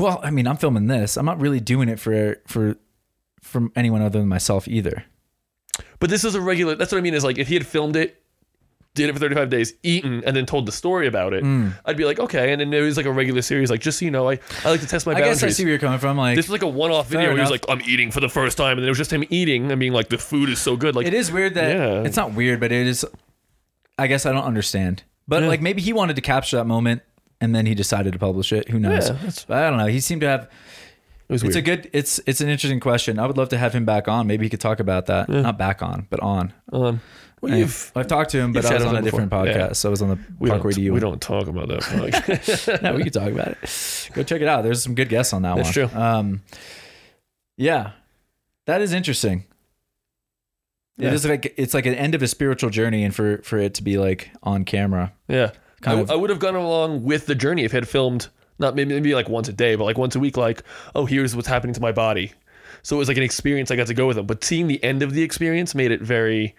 A: Well, I mean, I'm filming this. I'm not really doing it for for from anyone other than myself either.
B: But this is a regular. That's what I mean. Is like if he had filmed it, did it for 35 days, eaten, and then told the story about it,
A: Hmm.
B: I'd be like, okay. And then it was like a regular series. Like just so you know, I, I like to test my
A: I
B: boundaries.
A: guess I see where you're coming from. Like,
B: this was like a one-off video
A: Fair
B: where he was
A: enough.
B: like, I'm eating for the first time, and it was just him eating and being like, the food is so good. Like
A: it is weird that
B: Yeah.
A: it's not weird, but it is. I guess I don't understand. But like maybe he wanted to capture that moment, and then he decided to publish it. Who knows?
B: Yeah, that's-
A: But I don't know. He seemed to have.
B: it was
A: It's a
B: weird.
A: good. It's it's an interesting question. I would love to have him back on. Maybe he could talk about that. Not back on, but on.
B: um, well,
A: I've-
B: you've.
A: I've talked to him, but
B: you've
A: I was
B: shadowed
A: on a
B: him before.
A: different podcast. I was on the
B: We
A: Park
B: don't,
A: Radio.
B: we don't talk about that. Like,
A: no, we could talk about it. Go check it out. There's some good guests on that
B: That's
A: one.
B: true.
A: Um, yeah, that is interesting.
B: Yeah.
A: It is like it's like an end of a spiritual journey, and for for it to be like on camera,
B: yeah, I,
A: Kind of-
B: I would have gone along with the journey if he had filmed not maybe, maybe like once a day, but like once a week. Like, oh, here's what's happening to my body. So it was like an experience I got to go with him. But seeing the end of the experience made it very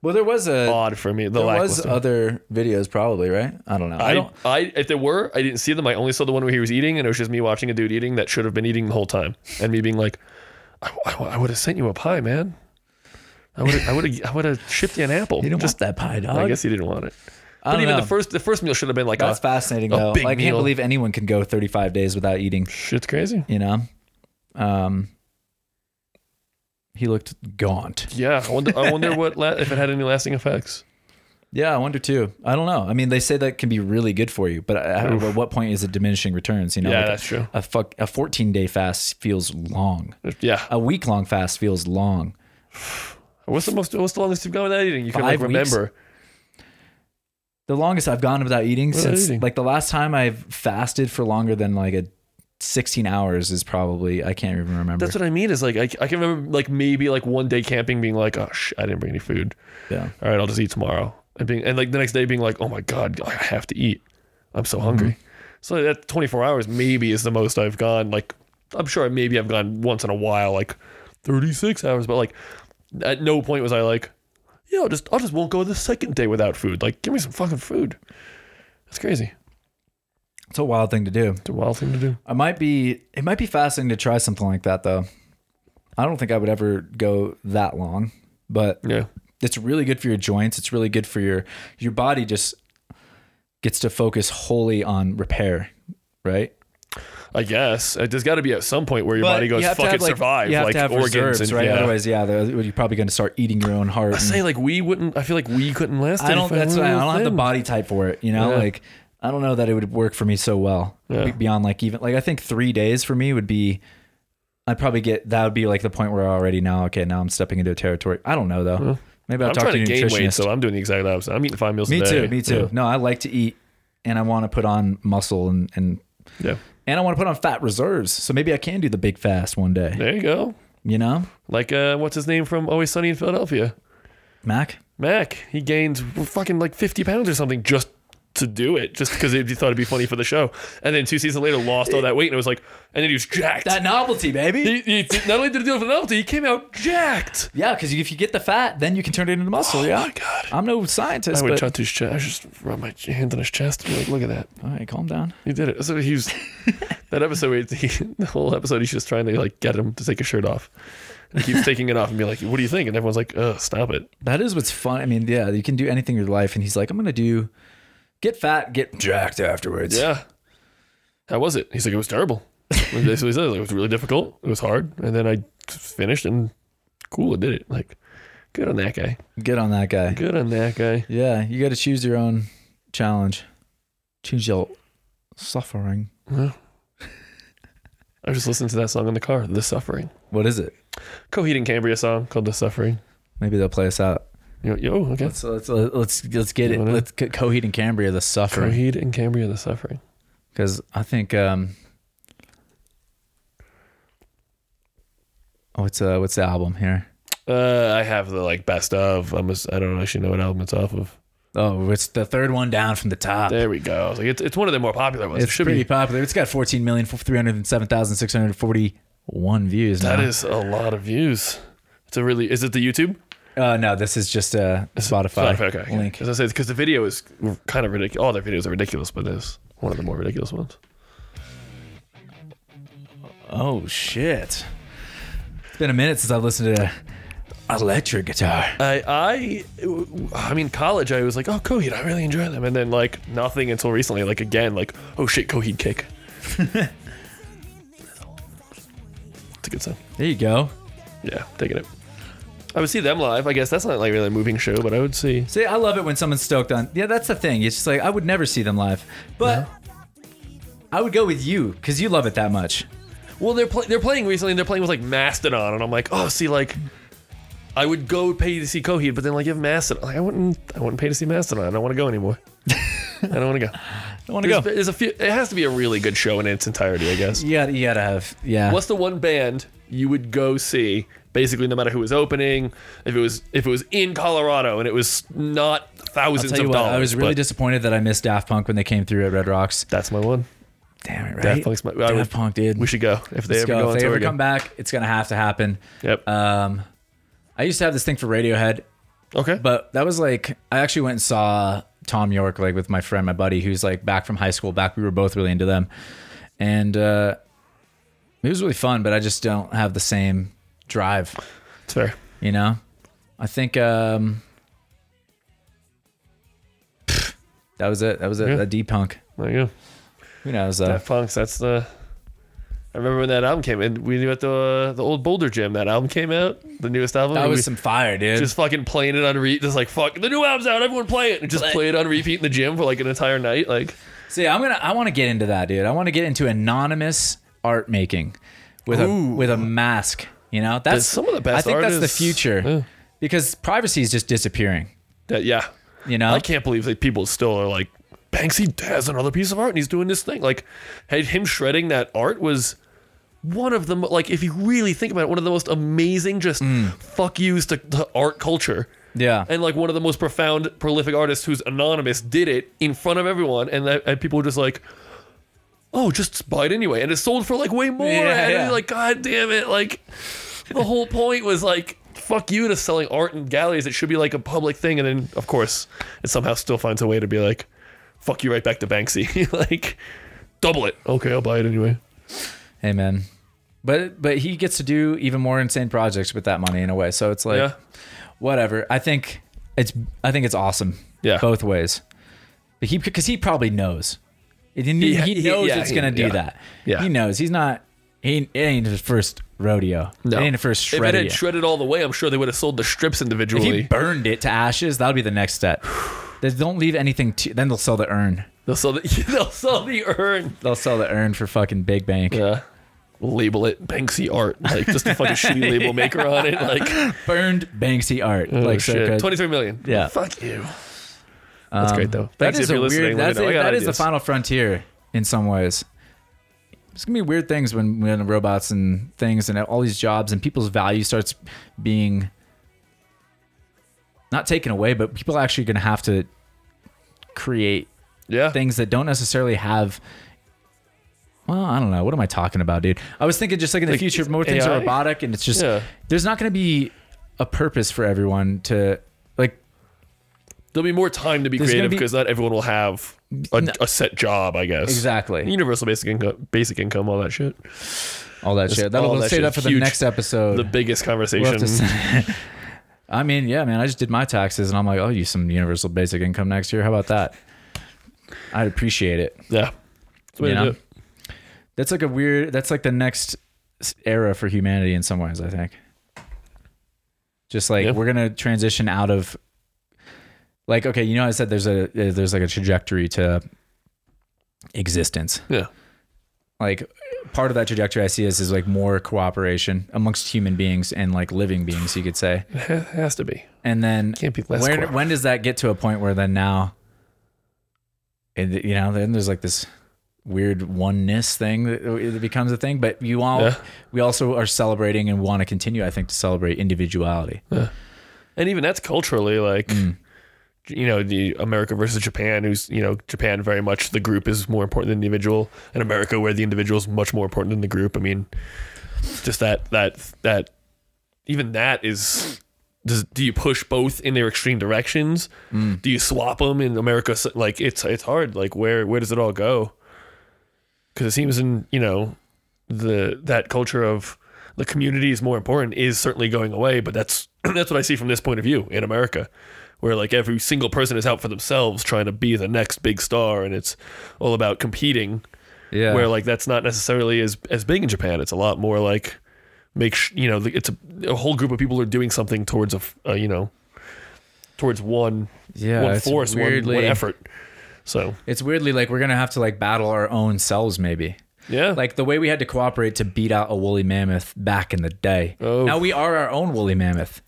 A: Well, there was a
B: odd for me. The
A: there was
B: lackluster.
A: other videos probably right. I don't know. I,
B: I,
A: don't.
B: I, if there were, I didn't see them. I only saw the one where he was eating, and it was just me watching a dude eating that should have been eating the whole time, and me being like, "I, would have sent you a pie, man. I would, I would, have, I would have shipped you an apple."
A: You don't
B: Just-
A: want that pie, dog.
B: I guess he didn't want it.
A: I
B: But
A: don't
B: even
A: know.
B: the first, the first meal should have been like
A: That's
B: a
A: fascinating
B: a
A: though.
B: big
A: Like, I can't
B: meal.
A: believe anyone can go 35 days without eating.
B: shit's crazy.
A: You know, um, he looked gaunt.
B: Yeah, I wonder, I wonder what la- if it had any lasting effects.
A: Yeah, I wonder too. I don't know. I mean, they say that can be really good for you, but I- I- at what point is it diminishing returns? You know,
B: Yeah,
A: like
B: that's
A: a,
B: true.
A: A fuck, a fourteen day fast feels long.
B: Yeah,
A: A week long fast feels long.
B: what's the most, what's the longest you've gone without eating? You can like
A: Five weeks?
B: remember.
A: The longest I've gone without eating
B: Without
A: since
B: eating.
A: like the last time I've fasted for longer than like a sixteen hours is probably I can't even remember.
B: That's what I mean. Is like I, I can remember like maybe like one day camping being like, oh sh, I didn't bring any food.
A: yeah.
B: all right, I'll just eat tomorrow. And being and like the next day being like, oh my god, I have to eat. I'm so hungry.
A: Mm-hmm.
B: So that 24 hours maybe is the most I've gone. Like I'm sure maybe I've gone once in a while, like 36 hours. But like at no point was I like, yeah, I'll just I'll just won't go the second day without food. Like give me some fucking food. That's crazy.
A: It's a wild thing to do.
B: It's a wild thing to do.
A: I might be. It might be fascinating to try something like that though. I don't think I would ever go that long, but
B: Yeah.
A: it's really good for your joints. It's really good for your your body just gets to focus wholly on repair, right?
B: I guess Uh, there's got to be at some point where your body goes fucking survive,
A: You have
B: like
A: to have
B: organs
A: reserves,
B: and
A: right?
B: yeah.
A: Otherwise, yeah, the- you're probably going to start eating your own heart.
B: I say like we wouldn't. I feel like we couldn't last.
A: I don't.
B: 35
A: That's why I don't have the
B: then.
A: body type for it. You know,
B: Yeah.
A: like I don't know that it would work for me so well
B: Yeah.
A: Be- beyond like even like I think three days for me would be. I'd probably get that would be like the point where I already now okay now I'm stepping into a territory. I don't know though. Maybe I'll
B: I'm
A: talk
B: trying to
A: a
B: gain weight,
A: nutritionist.
B: so I'm doing the exact opposite. I'm eating five meals
A: Me
B: a day.
A: too. Me too. No, I like to eat, and I want to put on muscle and and
B: Yeah. Yeah.
A: and I want to put on fat reserves. So maybe I can do the big fast one day.
B: There you go.
A: You know,
B: Like, uh, what's his name from Always Sunny in Philadelphia?
A: Mac.
B: Mac. He gains fucking like 50 pounds or something just to do it, just because he thought it'd be funny for the show. And then two seasons later, lost all that weight, and it was like, and then he was jacked.
A: That novelty, baby.
B: he, he did- not only did he do it for the novelty, he came out jacked.
A: yeah, because if you get the fat, then you can turn it into muscle.
B: Oh
A: yeah.
B: my God.
A: I'm no scientist,
B: I would
A: but
B: touch his chest. I just rub my hands on his chest. And be like, look at that.
A: all right, calm down.
B: He did it. So he was that episode. where He, the whole episode, he's just trying to like get him to take his shirt off. And he keeps taking it off and be like, "What do you think?" And everyone's like, "Ugh, stop it."
A: That is what's fun. I mean, yeah, you can do anything in your life, and he's like, I'm gonna do, get fat, get jacked afterwards.
B: Yeah. How was it? He's like, "It was terrible." And That's what he says. Like, it was really difficult. It was hard. And then I finished and cool, I did it. Like, good on that guy.
A: Good on that guy.
B: Good on that guy.
A: Yeah, you got to choose your own challenge. Choose your suffering.
B: I just listened to that song in the car, The Suffering.
A: What is it?
B: Coheed and Cambria song called The Suffering.
A: Maybe they'll play us out.
B: Yo, yo okay.
A: Let's let's let's let's get it.
B: wanna-
A: Let's get Coheed and Cambria the suffering
B: Coheed and Cambria, The Suffering.
A: because I think um. What's uh what's the album here?
B: Uh, I have the like best of. I'm just, I don't actually know what album it's off of.
A: Oh, it's the third one down from the top.
B: There we go. I was Like it's, it's one of the more popular ones. It
A: it's
B: should
A: pretty
B: be.
A: popular. It's got fourteen million three hundred seven thousand six hundred forty-one views.
B: That
A: now.
B: is a lot of views. It's a really. Is it the YouTube?
A: Uh, no, this is just a Spotify,
B: Spotify, okay.
A: link.
B: As I say, because the video is kind of ridiculous. All their videos are ridiculous, but this one of the more ridiculous ones.
A: Oh shit! It's been a minute since I've listened to electric guitar.
B: I, I, I mean, college. I was like, oh, Coheed. I really enjoy them, and then like nothing until recently. Like again, like oh shit, Coheed kick. it's a good song.
A: There you go.
B: Yeah, taking it. I would see them live. I guess that's not like really a moving show, but I would see.
A: See, I love it when someone's stoked on. Yeah, that's the thing. It's just like I would never see them live, but I would go with you because you love it that much.
B: Well, they're play- they're playing recently. and They're playing with like Mastodon, and I'm like, oh, see, like, I would go pay to see Coheed, but then like if Mastodon, like, I wouldn't, I wouldn't pay to see Mastodon. I don't want to go anymore. I don't want to go.
A: I want to
B: There's,
A: go.
B: there's a few. It has to be a really good show in its entirety, I guess.
A: You gotta, you gotta have. Yeah.
B: What's the one band you would go see? Basically, no matter who was opening, if it was if it was in Colorado and it was not 1000s
A: Tell you
B: of
A: what,
B: dollars,
A: I was really
B: but
A: disappointed that I missed Daft Punk when they came through at Red Rocks.
B: that's my one.
A: Damn it, right?
B: Daft Punk's my- I
A: Daft
B: would-
A: Punk, dude.
B: We should go if they
A: Let's
B: ever
A: go.
B: go on
A: If they
B: tour
A: ever
B: again.
A: come back, it's gonna have to happen.
B: Yep.
A: Um, I used to have this thing for Radiohead,
B: okay.
A: but that was like I actually went and saw Tom York like with my friend, my buddy, who's like back from high school. Back we were both really into them, and uh, it was really fun. But I just don't have the same drive,
B: It's fair.
A: you know. I think um, that was it. That was it.
B: Yeah.
A: That D punk.
B: There you go.
A: Who knows? Uh,
B: Daft Punk's. That's the. I remember when that album came in. We knew at the uh, the old Boulder Gym. That album came out, the newest album.
A: that
B: and we
A: was some fire, dude.
B: just fucking playing it on repeat. Just like fuck, the new album's out. Everyone play it and just play it on repeat in the gym for like an entire night. Like
A: See, I'm gonna. I want to get into that, dude. I want to get into anonymous art making with a with a mask. You know, that's
B: some of the best
A: I think that's
B: artists-
A: the future
B: Yeah.
A: because privacy is just disappearing.
B: that. Yeah,
A: You know,
B: I can't believe that people still are like Banksy has another piece of art and he's doing this thing. Like, had him shredding that art was one of the mo- like if you really think about it, one of the most amazing just fuck yous to, to art culture.
A: yeah.
B: and like one of the most profound, prolific artists who's anonymous did it in front of everyone, and that, and people were just like, "Oh, just buy it anyway," and it sold for like way more.
A: Yeah,
B: and
A: yeah.
B: it's like, God damn it! Like the whole point was like, "Fuck you" to selling art in galleries. It should be like a public thing, and then of course, it somehow still finds a way to be like, "Fuck you," right back to Banksy, like. Double it. Okay, I'll buy it anyway.
A: hey, man. But but he gets to do even more insane projects with that money in a way. So it's like
B: yeah,
A: whatever. I think it's I think it's awesome.
B: Yeah.
A: both ways. But he because he probably knows. He, he,
B: He- he-
A: knows
B: yeah,
A: it's
B: he-
A: gonna do
B: yeah.
A: that.
B: Yeah.
A: he knows. He's not. He it ain't his first rodeo.
B: no.
A: It ain't the first
B: if it
A: shredder.
B: had
A: yet.
B: shredded all the way, I'm sure they would have sold the strips
A: If he
B: individually.
A: burned it to ashes, that'll be the next step. they don't leave anything to. Then they'll sell the urn.
B: they'll sell the they'll sell the urn.
A: They'll sell the urn for fucking big bank.
B: Yeah. Label it Banksy art, like just a fucking shitty label maker on it, like
A: Burned Banksy art.
B: Oh,
A: like circa-
B: twenty three million.
A: Oh, Yeah. Um,
B: fuck you. That's great though.
A: That
B: Banksy,
A: is
B: if
A: a
B: you're listening,
A: weird.
B: let me
A: That's
B: know. I
A: a,
B: got
A: that is the
B: ideas.
A: final frontier in some ways. It's gonna be weird things when when robots and things and all these jobs and people's value starts being not taken away, but people are actually gonna have to create
B: Yeah,
A: things that don't necessarily have. Well, I don't know. What am I talking about, dude? I was thinking just like in the
B: Like,
A: future, more things
B: AI?
A: are robotic, and it's just
B: Yeah.
A: there's not going to be a purpose for everyone to like.
B: there'll be more time to be
A: There's gonna
B: creative
A: be-
B: because not everyone will have a, a set job. I guess
A: Exactly.
B: Universal basic income, basic income, all that shit.
A: All that shit. That'll
B: all
A: let's
B: that
A: save
B: shit.
A: that for the
B: Huge.
A: next episode.
B: The biggest
A: We'll
B: conversation.
A: have to s- I mean, yeah, man. I just did my taxes, and I'm like, I'll use some universal basic income next year. How about that? I'd appreciate it.
B: yeah, That's the way
A: You
B: to
A: know?
B: do it.
A: That's like a weird. That's like the next s- era for humanity in some ways. I think. Just like
B: Yeah.
A: we're gonna transition out of, like okay, you know, I said there's a uh, there's like a trajectory to existence.
B: Yeah.
A: Like part of that trajectory I see is is like more cooperation amongst human beings and like living beings, you could say.
B: It has to be.
A: And then
B: Can't be less
A: where,
B: corrupt.
A: when does that get to a point where then now, it, you know, then there's like this weird oneness thing that it becomes a thing. But you all,
B: Yeah.
A: we also are celebrating and want to continue, I think, to celebrate individuality. Mm.
B: And even that's culturally like you know, the America versus Japan, who's you know, Japan very much the group is more important than the individual. And America where the individual is much more important than the group. I mean just that that that even that is does, do you push both in their extreme directions? Do you swap them in America? s- Like it's it's hard. Like where where does it all go? Because it seems in you know the that culture of the community is more important is certainly going away. But that's that's what I see from this point of view in America, where like every single person is out for themselves trying to be the next big star, and it's all about competing
A: Yeah.
B: where like that's not necessarily as as big in Japan. It's a lot more like make sh- you know like, it's a, a whole group of people are doing something towards a, f- uh, you know towards one
A: yeah,
B: one
A: it's
B: force one,
A: weirdly-
B: one effort. So
A: It's weirdly like we're gonna have to like battle our own selves, maybe.
B: yeah,
A: Like the way we had to cooperate to beat out a woolly mammoth back in the day.
B: Oh.
A: Now we are our own woolly mammoth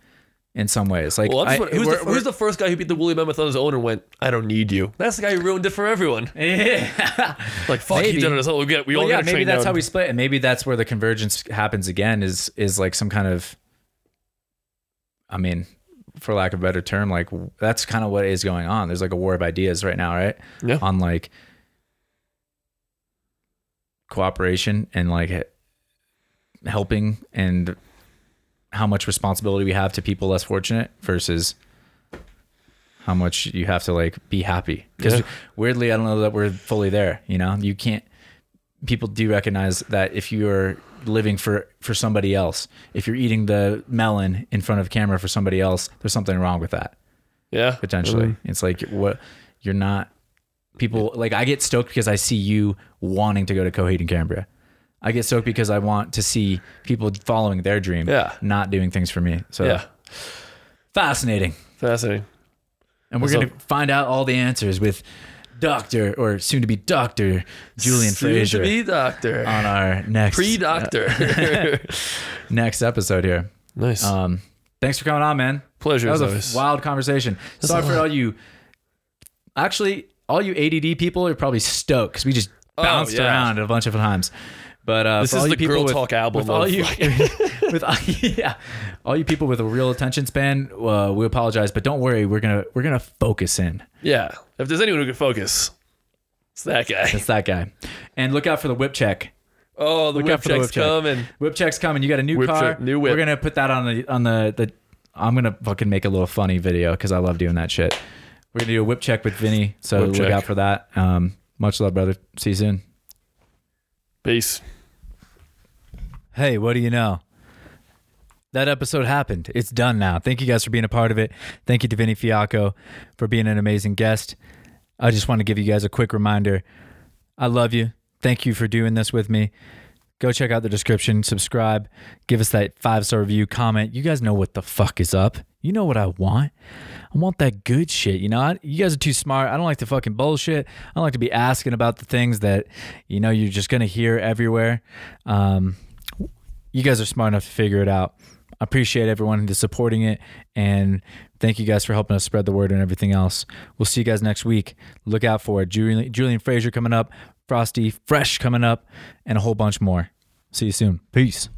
A: in some ways. Like
B: well, that's
A: I-
B: what, who's,
A: we're-
B: the, who's the first guy who beat the woolly mammoth on his own and went, "I don't need you." That's the guy who ruined it for everyone.
A: Yeah.
B: Like fuck,
A: Maybe.
B: he did it on his own. We get we
A: well,
B: all
A: yeah,
B: got to
A: maybe
B: train
A: that's
B: down.
A: how we split, and maybe that's where the convergence happens again. Is is like some kind of, I mean, for lack of a better term, like w- that's kind of what is going on. There's like a war of ideas right now, right?
B: Yeah.
A: On like cooperation and like he- helping and how much responsibility we have to people less fortunate versus how much you have to like be happy because
B: Yeah.
A: weirdly i don't know that we're fully there you know you can't people do recognize that if you're living for for somebody else if you're eating the melon in front of camera for somebody else there's something wrong with that
B: yeah
A: potentially
B: Mm-hmm.
A: it's like what you're not people like i get stoked because i see you wanting to go to coheed and cambria i get stoked because i want to see people following their dream
B: Yeah.
A: not doing things for me so
B: yeah
A: fascinating
B: fascinating.
A: and we're
B: So-
A: going to find out all the answers with Doctor or soon to be Doctor Julian
B: Soon
A: Fraser Uh,
B: to be doctor
A: on our next
B: pre doctor.
A: next episode here.
B: nice
A: Um, thanks for coming on, man.
B: pleasure.
A: That was
B: as
A: a
B: always.
A: wild conversation. Sorry for all you. Actually, all you ADD people are probably stoked because we just bounced
B: Oh, yeah.
A: around a bunch of times. But uh,
B: This
A: for all
B: is
A: you
B: the
A: people
B: girl
A: with-
B: talk album.
A: With all
B: of-
A: you, with all, yeah, all you people with a real attention span, uh, we apologize, but don't worry, we're gonna we're gonna focus in.
B: Yeah. If there's anyone who can focus, it's that guy.
A: It's that guy. And look out for the whip check.
B: Oh, the
A: Look
B: whip
A: out for the
B: check's
A: whip check.
B: coming.
A: Whip check's coming. You got a new
B: Whip
A: car.
B: check, new whip.
A: We're gonna put that on the on the the. I'm gonna fucking make a little funny video because I love doing that shit. We're gonna do a whip check with Vinny. So
B: Whip
A: look
B: check.
A: out for that. Um, much love, brother. See you soon.
B: Peace.
A: Hey, what do you know? That episode happened. It's done now. Thank you guys for being a part of it. Thank you to Vinny Fiacco for being an amazing guest. I just want to give you guys a quick reminder. I love you. Thank you for doing this with me. Go check out the description, subscribe, give us that five star review, comment. You guys know what the fuck is up. You know what I want. I want that good shit. You know, I, you guys are too smart. I don't like the fucking bullshit. I don't like to be asking about the things that, you know, you're just going to hear everywhere. Um, you guys are smart enough to figure it out. I appreciate everyone who's supporting it and thank you guys for helping us spread the word and everything else. We'll see you guys next week. Look out for it. Julian, Julian Fraser coming up, Frosty Fresh coming up, and a whole bunch more. See you soon. Peace.